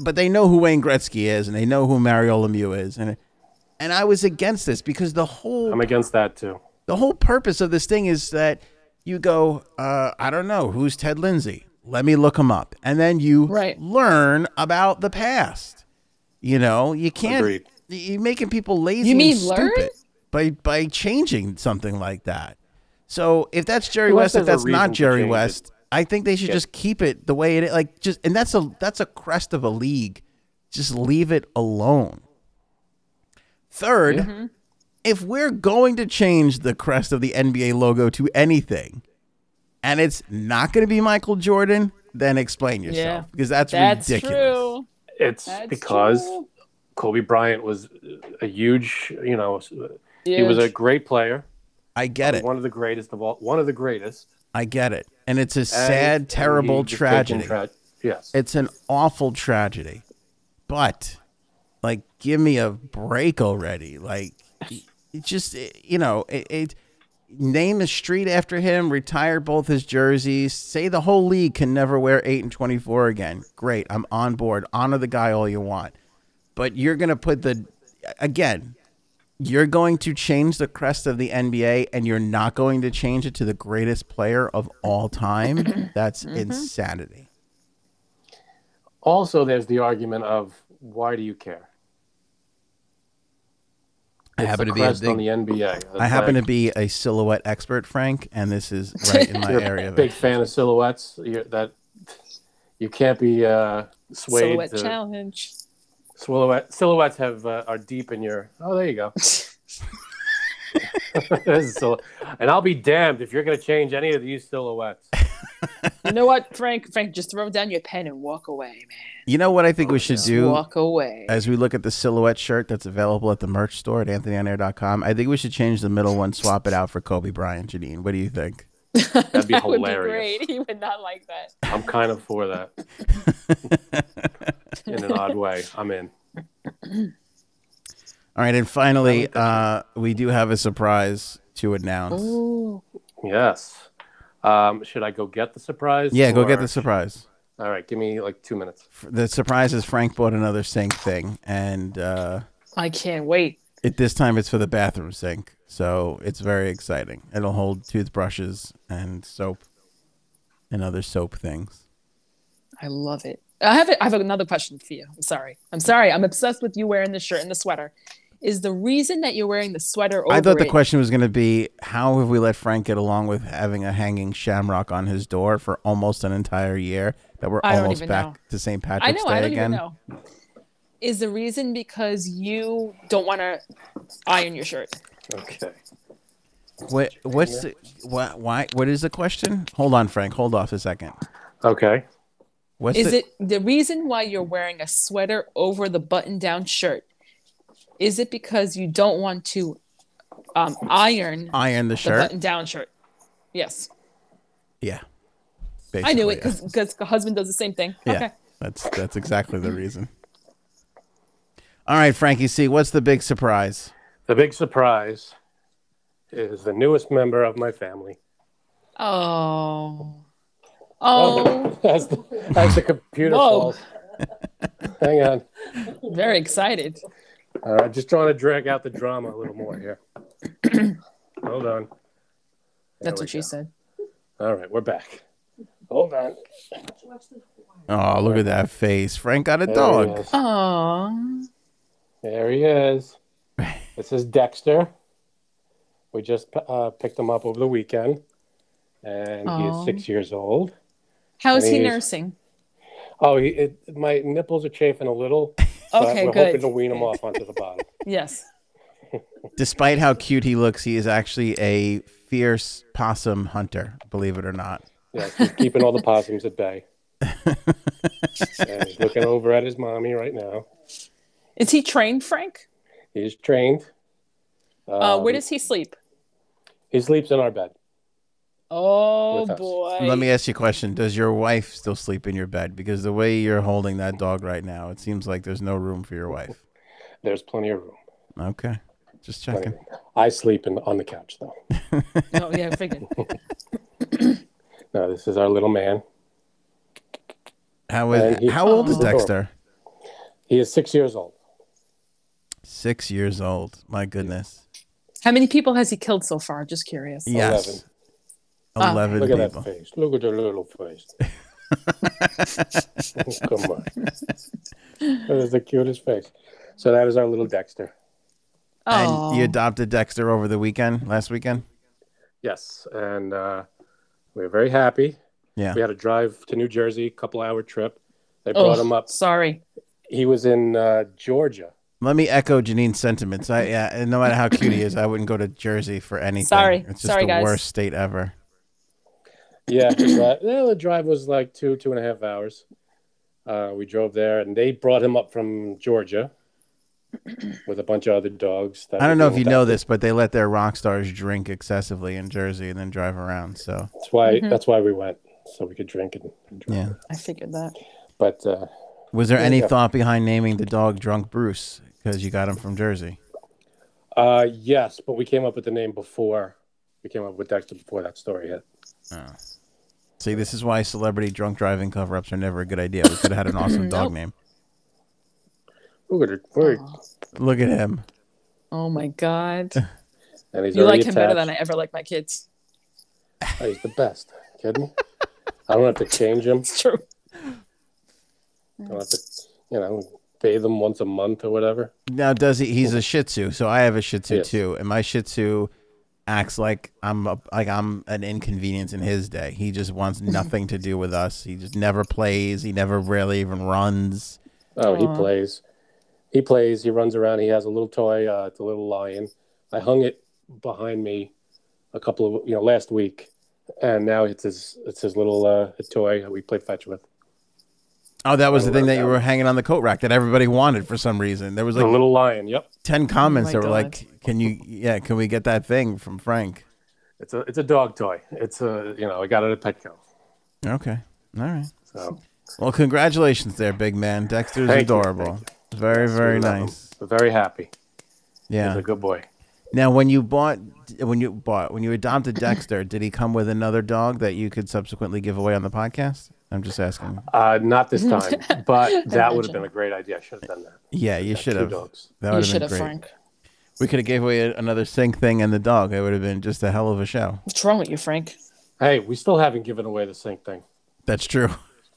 Speaker 1: but they know who Wayne Gretzky is and they know who Mario Lemieux is, and. And I was against this because the whole
Speaker 2: I'm against that too.
Speaker 1: the whole purpose of this thing is that you go, uh, I don't know, who's Ted Lindsay? Let me look him up. And then you
Speaker 3: Right.
Speaker 1: learn about the past. You know, you can't,
Speaker 2: Agreed.
Speaker 1: y- you're making people lazy.
Speaker 3: You
Speaker 1: and
Speaker 3: mean
Speaker 1: stupid
Speaker 3: learn?
Speaker 1: By, by changing something like that. So if that's Jerry
Speaker 2: Unless
Speaker 1: West, if
Speaker 2: there's
Speaker 1: that's
Speaker 2: a
Speaker 1: not
Speaker 2: reason to
Speaker 1: Jerry
Speaker 2: change it.
Speaker 1: West, I think they should just keep it the way it is. Like just, and that's a, that's a crest of a league. Just leave it alone. Third,
Speaker 3: Mm-hmm.
Speaker 1: if we're going to change the crest of the NBA logo to anything, and it's not going to be Michael Jordan, then explain yourself
Speaker 3: Yeah.
Speaker 1: because that's,
Speaker 3: That's
Speaker 1: ridiculous.
Speaker 3: true.
Speaker 2: It's
Speaker 3: That's
Speaker 2: because
Speaker 3: true.
Speaker 2: Kobe Bryant was a huge, you know, he was a
Speaker 3: Huge.
Speaker 2: great player,
Speaker 1: I get it.
Speaker 2: one of the greatest of all, one of the greatest.
Speaker 1: I get it. And it's a
Speaker 2: And
Speaker 1: sad, terrible
Speaker 2: he just
Speaker 1: tragedy.
Speaker 2: taken tra- yes.
Speaker 1: it's an awful tragedy. But like give me a break already. Like it just it- you know, it, it name a street after him, retire both his jerseys, say the whole league can never wear 8 and 24 again. Great. I'm on board. Honor the guy all you want. But you're going to put the again, you're going to change the crest of the NBA and you're not going to change it to the greatest player of all time. That's insanity.
Speaker 2: also, there's the argument of why do you care?
Speaker 1: I
Speaker 2: It's
Speaker 1: happen to
Speaker 2: the
Speaker 1: be a
Speaker 2: crest on
Speaker 1: big-
Speaker 2: the NBA.
Speaker 1: I happen to be a silhouette expert, Frank, and this is right in my area of
Speaker 2: big
Speaker 1: it.
Speaker 2: fan of silhouettes. You're, that you can't be uh, swayed.
Speaker 3: silhouette
Speaker 2: to-
Speaker 3: challenge.
Speaker 2: Silhouette, silhouettes have uh, are deep in your. Oh, there you go. There's a sil- and I'll be damned if you're going to change any of these silhouettes.
Speaker 3: you know what, Frank? Frank, just throw down your pen and walk away, man.
Speaker 1: You know what I think we should do
Speaker 3: Walk away.
Speaker 1: as we look at the silhouette shirt that's available at the merch store at anthonyonair.com? I think we should change the middle one, swap it out for Kobe Bryant, Janine. What do you think?
Speaker 2: That'd be
Speaker 3: that would be
Speaker 2: hilarious.
Speaker 3: great. He would not like that.
Speaker 2: I'm kind of for that in an odd way. I'm in.
Speaker 1: All right, and finally, uh, we do have a surprise to announce.
Speaker 3: Ooh.
Speaker 2: Yes. Um, should I go get the surprise?
Speaker 1: yeah, go get
Speaker 2: or-
Speaker 1: the surprise.
Speaker 2: All right, give me like two minutes.
Speaker 1: F- The surprise is Frank bought another sink thing, and uh,
Speaker 3: I can't wait.
Speaker 1: it this time it's for the bathroom sink. So it's very exciting. It'll hold toothbrushes and soap and other soap things.
Speaker 3: I love it. I have a, I have another question for you. I'm sorry. I'm sorry. I'm obsessed with you wearing the shirt and the sweater. Is the reason that you're wearing the sweater over
Speaker 1: I thought the
Speaker 3: it-
Speaker 1: question was going to be how have we let Frank get along with having a hanging shamrock on his door for almost an entire year that we're
Speaker 3: I don't
Speaker 1: almost
Speaker 3: even
Speaker 1: back
Speaker 3: know.
Speaker 1: to St.
Speaker 3: I
Speaker 1: Patrick's
Speaker 3: know.
Speaker 1: Day
Speaker 3: I don't
Speaker 1: again?
Speaker 3: even know. Is the reason because you don't want to iron your shirt?
Speaker 2: Okay.
Speaker 1: What what's the, what why what is the question? Hold on, Frank. Hold off a second.
Speaker 2: Okay.
Speaker 1: What's
Speaker 3: Is
Speaker 1: the,
Speaker 3: it the reason why you're wearing a sweater over the button-down shirt? Is it because you don't want to um, iron the
Speaker 1: iron the shirt?
Speaker 3: button-down shirt? Yes,
Speaker 1: Yeah.
Speaker 3: I knew it
Speaker 1: Basically, yeah.
Speaker 3: because the husband does the same thing.
Speaker 1: Yeah,
Speaker 3: Okay.
Speaker 1: that's that's exactly the reason. All right, Frankie C, what's the big surprise?
Speaker 2: The big surprise is the newest member of my family.
Speaker 3: Oh, Oh,
Speaker 2: as the, as the computer
Speaker 3: Whoa.
Speaker 2: falls. Hang on.
Speaker 3: Oh, very excited.
Speaker 2: All right, just trying to drag out the drama a little more here. Hold on. There
Speaker 3: That's
Speaker 2: we
Speaker 3: what she
Speaker 2: go.
Speaker 3: said.
Speaker 2: All right, we're back. Hold on.
Speaker 1: Oh, look at that face. Frank got a
Speaker 2: There He
Speaker 1: dog.
Speaker 2: is.
Speaker 3: Oh,
Speaker 2: There he is. This is Dexter. We just uh, picked him up over the weekend, and he
Speaker 3: Aw.
Speaker 2: is six years old.
Speaker 3: how is he
Speaker 2: Please.
Speaker 3: nursing?
Speaker 2: Oh, he, it, my nipples are chafing a little. But
Speaker 3: Okay,
Speaker 2: we're hoping
Speaker 3: good.
Speaker 2: to wean him off onto the bottom.
Speaker 3: Yes.
Speaker 1: Despite how cute he looks, he is actually a fierce possum hunter, believe it or not.
Speaker 2: Yes, he's keeping all the possums at bay. and he's looking over at his mommy right now.
Speaker 3: Is he trained, Frank?
Speaker 2: He's trained.
Speaker 3: Uh,
Speaker 2: Um,
Speaker 3: where does he sleep?
Speaker 2: he sleeps in our bed?
Speaker 3: Oh
Speaker 2: with us.
Speaker 3: boy.
Speaker 1: Let me ask you a question. Does your wife still sleep in your bed? Because the way you're holding that dog right now, it seems like there's no room for your wife.
Speaker 2: There's plenty of room.
Speaker 1: Okay. Just
Speaker 2: Plenty
Speaker 1: checking.
Speaker 2: of room. I sleep in, on the couch though.
Speaker 3: Oh yeah, I figured.
Speaker 2: No, this is our little man.
Speaker 1: How
Speaker 2: Uh, he-
Speaker 1: is how old is
Speaker 3: Oh.
Speaker 1: Dexter?
Speaker 2: He is six years old.
Speaker 1: Six years old. My goodness.
Speaker 3: How many people has he killed so far? Just curious.
Speaker 1: Yes.
Speaker 3: Ah.
Speaker 1: Eleven
Speaker 2: Look at that
Speaker 1: people.
Speaker 2: face. Look at the little face. Come on. That is the cutest face. So that is our little Dexter.
Speaker 3: Oh,
Speaker 1: And you adopted Dexter over the weekend, last weekend?
Speaker 2: Yes, and uh, we were very happy.
Speaker 1: Yeah.
Speaker 2: We had a drive to New Jersey, couple hour trip. They
Speaker 3: Ugh,
Speaker 2: brought him up.
Speaker 3: Oh, Sorry.
Speaker 2: He was in uh, Georgia.
Speaker 1: Let me echo Janine's sentiments. I yeah, and no matter how cute he is, I wouldn't go to Jersey for anything.
Speaker 3: Sorry.
Speaker 1: It's just
Speaker 3: Sorry,
Speaker 1: the
Speaker 3: guys.
Speaker 1: worst state ever.
Speaker 2: Yeah, the drive, well, the drive was like two, two and a half hours. Uh, we drove there, and they brought him up from Georgia with a bunch of other dogs. That
Speaker 1: I don't know if
Speaker 2: we
Speaker 1: you know
Speaker 2: adopted.
Speaker 1: this, but they let their rock stars drink excessively in Jersey and then drive around. So
Speaker 2: That's why.
Speaker 3: Mhm.
Speaker 2: That's why we went so we could drink and. and drive.
Speaker 1: yeah.
Speaker 3: I figured that.
Speaker 2: But uh,
Speaker 1: Was there
Speaker 2: Yeah,
Speaker 1: any
Speaker 2: yeah.
Speaker 1: thought behind naming the dog Drunk Bruce? Because you got him from Jersey.
Speaker 2: uh, yes, but we came up with the name before we came up with Dexter before that story hit.
Speaker 1: See, this is why celebrity drunk driving cover ups are never a good idea. We could have had an awesome dog
Speaker 3: Nope.
Speaker 1: name.
Speaker 2: Look at it, look.
Speaker 1: Look at him.
Speaker 3: Oh my god.
Speaker 2: and he's
Speaker 3: you like
Speaker 2: already
Speaker 3: him better
Speaker 2: attached.
Speaker 3: than I ever like my kids.
Speaker 2: Oh, he's the best. Kidding? I don't have to change him.
Speaker 3: It's true.
Speaker 2: I don't have to, you know, bathe him once a month or whatever.
Speaker 1: Now, does he? He's a Shih Tzu, so I have a Shih Tzu
Speaker 2: Yes.
Speaker 1: too, and my Shih Tzu acts like I'm a, like I'm an inconvenience in his day. He just wants nothing to do with us. He just never plays. He never really even runs.
Speaker 2: Oh, he
Speaker 3: Aw.
Speaker 2: plays. He plays. He runs around. He has a little toy. Uh, it's a little lion. I hung it behind me a couple of you know last week, and now it's his it's his little uh, toy that we play fetch with.
Speaker 1: Oh, that was
Speaker 2: I
Speaker 1: the thing
Speaker 2: love
Speaker 1: that you
Speaker 2: that
Speaker 1: were hanging on the coat rack that everybody wanted for some reason. There was
Speaker 2: the
Speaker 1: like
Speaker 2: little lion. Yep.
Speaker 1: ten comments
Speaker 3: Oh my
Speaker 1: that were
Speaker 3: God.
Speaker 1: like, "Can you? Yeah, can we get that thing from Frank?"
Speaker 2: It's a it's a dog toy. It's a you know I got it at Petco.
Speaker 1: Okay, all right.
Speaker 2: So
Speaker 1: Well, congratulations there, big man. Dexter's
Speaker 2: Thank you,
Speaker 1: adorable.
Speaker 2: thank
Speaker 1: Very, very
Speaker 2: we love him.
Speaker 1: nice.
Speaker 2: we're Um, very happy.
Speaker 1: Yeah.
Speaker 2: He's a good boy.
Speaker 1: Now, when you bought, when you bought, when you adopted Dexter, did he come with another dog that you could subsequently give away on the podcast? I'm just asking.
Speaker 2: Uh, not this time, but that would have
Speaker 3: Imagine.
Speaker 2: been a great idea. I should have done that.
Speaker 1: Yeah, you should
Speaker 2: Two
Speaker 1: have.
Speaker 2: dogs.
Speaker 1: That
Speaker 3: You
Speaker 1: would
Speaker 3: should
Speaker 1: have been great.
Speaker 3: have, Frank.
Speaker 1: We could have gave away a- another sink thing and the dog. It would have been just a hell of a show.
Speaker 3: What's wrong with you, Frank?
Speaker 2: Hey, we still haven't given away the sink thing.
Speaker 1: That's true.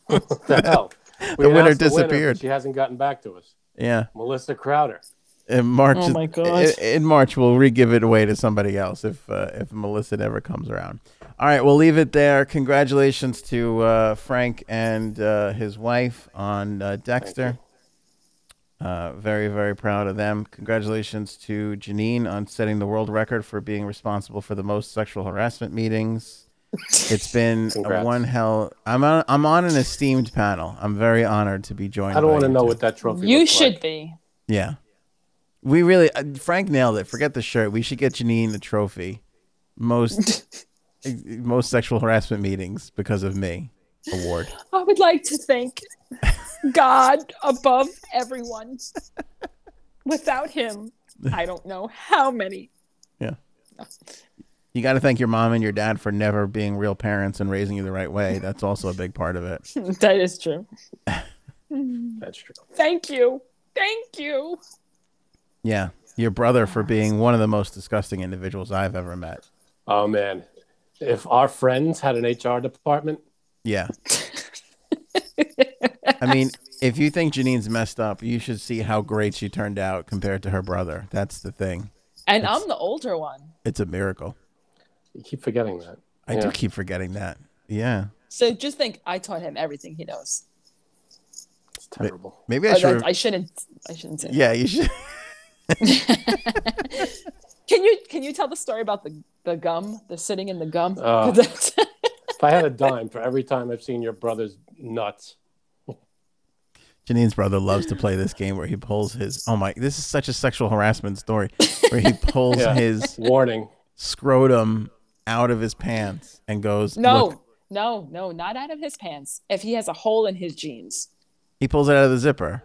Speaker 2: What the hell? We
Speaker 1: The winner
Speaker 2: announced but
Speaker 1: disappeared.
Speaker 2: she hasn't gotten back to us.
Speaker 1: Yeah.
Speaker 2: Melissa Crowder.
Speaker 1: In March,
Speaker 3: Oh my God.
Speaker 1: In, in March, we'll re-give it away to somebody else if uh, if Melissa ever comes around. All right, we'll leave it there. Congratulations to uh, Frank and uh, his wife on uh, Dexter. Uh, very very proud of them. Congratulations to Janine on setting the world record for being responsible for the most sexual harassment meetings. It's been a
Speaker 2: Congrats.
Speaker 1: one hell. I'm on, I'm on an esteemed panel. I'm very honored to be joined.
Speaker 2: I don't
Speaker 1: by
Speaker 2: want to
Speaker 1: you
Speaker 2: know
Speaker 1: two.
Speaker 2: what that trophy.
Speaker 3: you
Speaker 2: looks
Speaker 3: should
Speaker 2: Like.
Speaker 3: be.
Speaker 1: Yeah. We really uh, Frank nailed it. Forget the shirt. We should get Janine a trophy. Most most sexual harassment meetings because of me award.
Speaker 3: I would like to thank God above everyone. Without him, I don't know how many.
Speaker 1: You got to thank your mom and your dad for never being real parents and raising you the right way. That's also a big part of it.
Speaker 3: that is true.
Speaker 2: That's true.
Speaker 3: Thank you. Thank you.
Speaker 1: Yeah. Your brother for being one of the most disgusting individuals I've ever met.
Speaker 2: Oh man, if our friends had an HR department,
Speaker 1: Yeah. I mean, if you think Janine's messed up, you should see how great she turned out compared to her brother. That's the thing.
Speaker 3: And I'm the older one.
Speaker 1: It's a miracle.
Speaker 2: you keep forgetting that.
Speaker 1: I do
Speaker 2: Yeah.
Speaker 1: keep forgetting that. Yeah.
Speaker 3: So just think I taught him everything he knows.
Speaker 2: It's terrible.
Speaker 1: Maybe
Speaker 3: Oh,
Speaker 1: I
Speaker 3: that-
Speaker 1: should.
Speaker 3: I shouldn't I shouldn't say that.
Speaker 1: yeah, you should.
Speaker 3: Can you can you tell the story about the the gum, the sitting in the gum?
Speaker 2: Oh.
Speaker 3: 'Cause that's-
Speaker 2: if I had a dime for every time I've seen your brother's nuts,
Speaker 1: Janine's brother loves to play this game where he pulls his. Oh my! This is such a sexual harassment story where he pulls
Speaker 2: Yeah.
Speaker 1: his
Speaker 2: warning.
Speaker 1: scrotum out of his pants and goes.
Speaker 3: no,
Speaker 1: "Look."
Speaker 3: no, no, not out of his pants. If he has a hole in his jeans.
Speaker 1: he pulls it out of the zipper.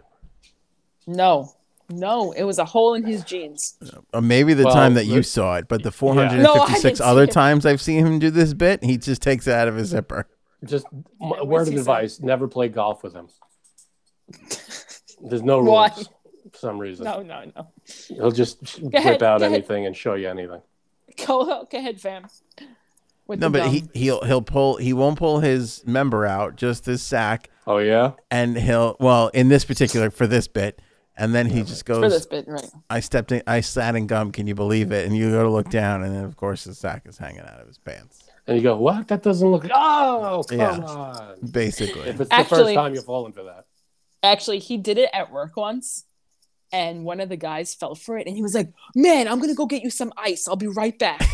Speaker 3: No. No, it was a hole in his jeans.
Speaker 1: Or Uh, maybe the
Speaker 2: Well,
Speaker 1: time that you
Speaker 2: look-
Speaker 1: saw it, but the
Speaker 3: No, I
Speaker 1: 456
Speaker 3: didn't see
Speaker 1: other
Speaker 3: it.
Speaker 1: times I've seen him do this bit, he just takes it out of his zipper.
Speaker 2: Just m- a
Speaker 3: was
Speaker 2: word of
Speaker 3: he saying?
Speaker 2: advice: never play golf with him. There's no rules
Speaker 3: Why?
Speaker 2: for some reason.
Speaker 3: No, no, no.
Speaker 2: He'll just whip
Speaker 3: ahead,
Speaker 2: out
Speaker 3: go ahead.
Speaker 2: anything and show you anything.
Speaker 3: Go, go ahead, fam. With
Speaker 1: No,
Speaker 3: the
Speaker 1: but
Speaker 3: gum.
Speaker 1: he he'll he'll pull he won't pull his member out, just his sack,
Speaker 2: Oh yeah,
Speaker 1: and he'll well in this particular for this bit, and then he just
Speaker 3: for
Speaker 1: goes,
Speaker 3: this bit, right?
Speaker 1: I stepped in, I sat in gum. Can you believe it? And you go to look down, and then of course his sack is hanging out of his pants.
Speaker 2: and you go, "What? That doesn't look." Oh, come
Speaker 1: Yeah.
Speaker 2: on!
Speaker 1: Basically,
Speaker 2: If it's the
Speaker 3: Actually-
Speaker 2: first time you've fallen for that,
Speaker 3: Actually, he did it at work once, and one of the guys fell for it, and he was like, "Man, I'm gonna go get you some ice. I'll be right back."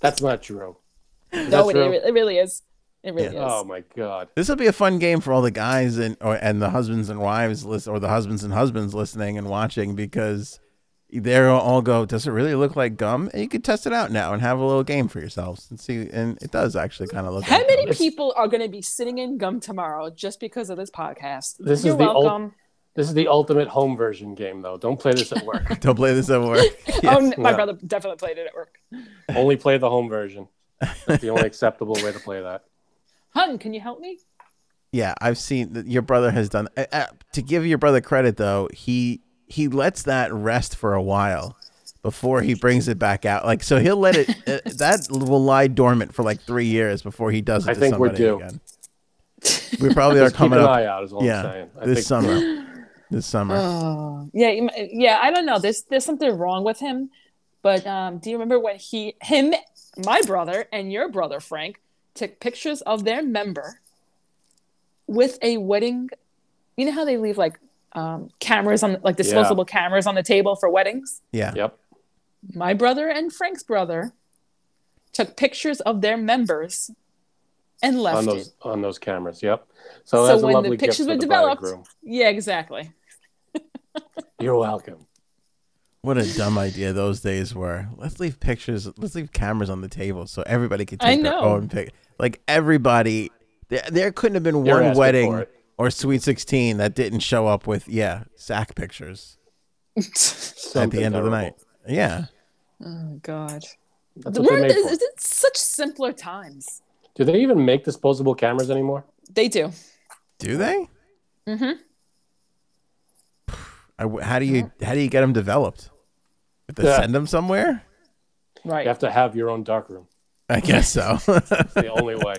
Speaker 2: that's not true. Is
Speaker 3: no,
Speaker 2: that
Speaker 3: it,
Speaker 2: true?
Speaker 3: it, really is. It really
Speaker 2: Oh
Speaker 3: is.
Speaker 2: my god!
Speaker 1: this will be a fun game for all the guys and or, and the husbands and wives list or the husbands and husbands listening and watching because they'll all go. Does it really look like gum? And you could test it out now and have a little game for yourselves and see. And it does actually kind of look.
Speaker 3: How
Speaker 1: like
Speaker 3: many
Speaker 1: gum.
Speaker 3: people are gonna be sitting in gum tomorrow just because of this podcast?
Speaker 2: This is
Speaker 3: You're
Speaker 2: the ul-
Speaker 3: welcome.
Speaker 2: This is the ultimate home version game, though. Don't play this at work.
Speaker 1: Don't play this over.
Speaker 3: oh, n- my
Speaker 2: Yeah.
Speaker 3: brother definitely played it at work.
Speaker 2: only play the home version. That's the only acceptable way to play that.
Speaker 3: Hun, can you help me?
Speaker 1: Yeah, I've seen that your brother has done. Uh, uh, to give your brother credit though, he he lets that rest for a while before he brings it back out. Like so, he'll let it uh, that will lie dormant for like three years before he does it.
Speaker 2: I
Speaker 1: to
Speaker 2: think we're
Speaker 1: somebody
Speaker 2: due.
Speaker 1: Again. We probably are
Speaker 2: Just keep an
Speaker 1: coming up.
Speaker 2: eye out. Is all
Speaker 1: Yeah,
Speaker 2: I'm saying. I
Speaker 1: this
Speaker 2: think
Speaker 1: summer. This summer,
Speaker 3: Oh, yeah, you mi- yeah. I don't know. There's there's something wrong with him. But um, do you remember when he, him, my brother, and your brother Frank took pictures of their member with a wedding? You know how they leave like um, cameras on, like disposable cameras on the table for weddings.
Speaker 1: yeah.
Speaker 2: Yep.
Speaker 3: My brother and Frank's brother took pictures of their members and left
Speaker 2: On
Speaker 3: it.
Speaker 2: those on those cameras. Yep. So,
Speaker 3: So
Speaker 2: that's a
Speaker 3: when the
Speaker 2: lovely gift
Speaker 3: pictures
Speaker 2: for
Speaker 3: were
Speaker 2: the
Speaker 3: developed-
Speaker 2: bridegroom.
Speaker 3: Yeah, exactly.
Speaker 2: You're welcome.
Speaker 1: What a dumb idea those days were. Let's leave pictures. Let's leave cameras on the table so everybody could
Speaker 3: I
Speaker 1: take their
Speaker 3: know.
Speaker 1: own pic. Like everybody, there, there couldn't have been
Speaker 2: You're
Speaker 1: one
Speaker 2: asking for
Speaker 1: wedding
Speaker 2: it.
Speaker 1: or Sweet Sixteen that didn't show up with yeah sack pictures at
Speaker 2: Something
Speaker 1: the end of the
Speaker 2: terrible.
Speaker 1: night. Yeah,
Speaker 3: oh God.
Speaker 2: That's what
Speaker 3: We're,
Speaker 2: they're made
Speaker 3: is,
Speaker 2: for.
Speaker 3: is it such simpler times?
Speaker 2: Do they even make disposable cameras anymore?
Speaker 3: They do.
Speaker 1: do they?
Speaker 3: Mhm.
Speaker 1: I w- how do you how do you get them developed? If they
Speaker 2: Yeah.
Speaker 1: send them somewhere,
Speaker 2: You
Speaker 3: Right.
Speaker 2: have to have your own darkroom.
Speaker 1: I guess so.
Speaker 2: It's the only way.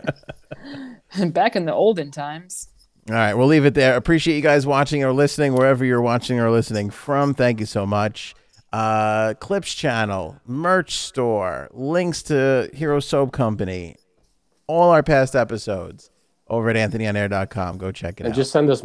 Speaker 3: Back in the olden times.
Speaker 1: All right, we'll leave it there. Appreciate you guys watching or listening wherever you're watching or listening from. Thank you so much. Uh, Clips channel, merch store, links to Hero Soap Company, all our past episodes over at anthonyonair.com. Go check it
Speaker 2: And
Speaker 1: out.
Speaker 2: just send us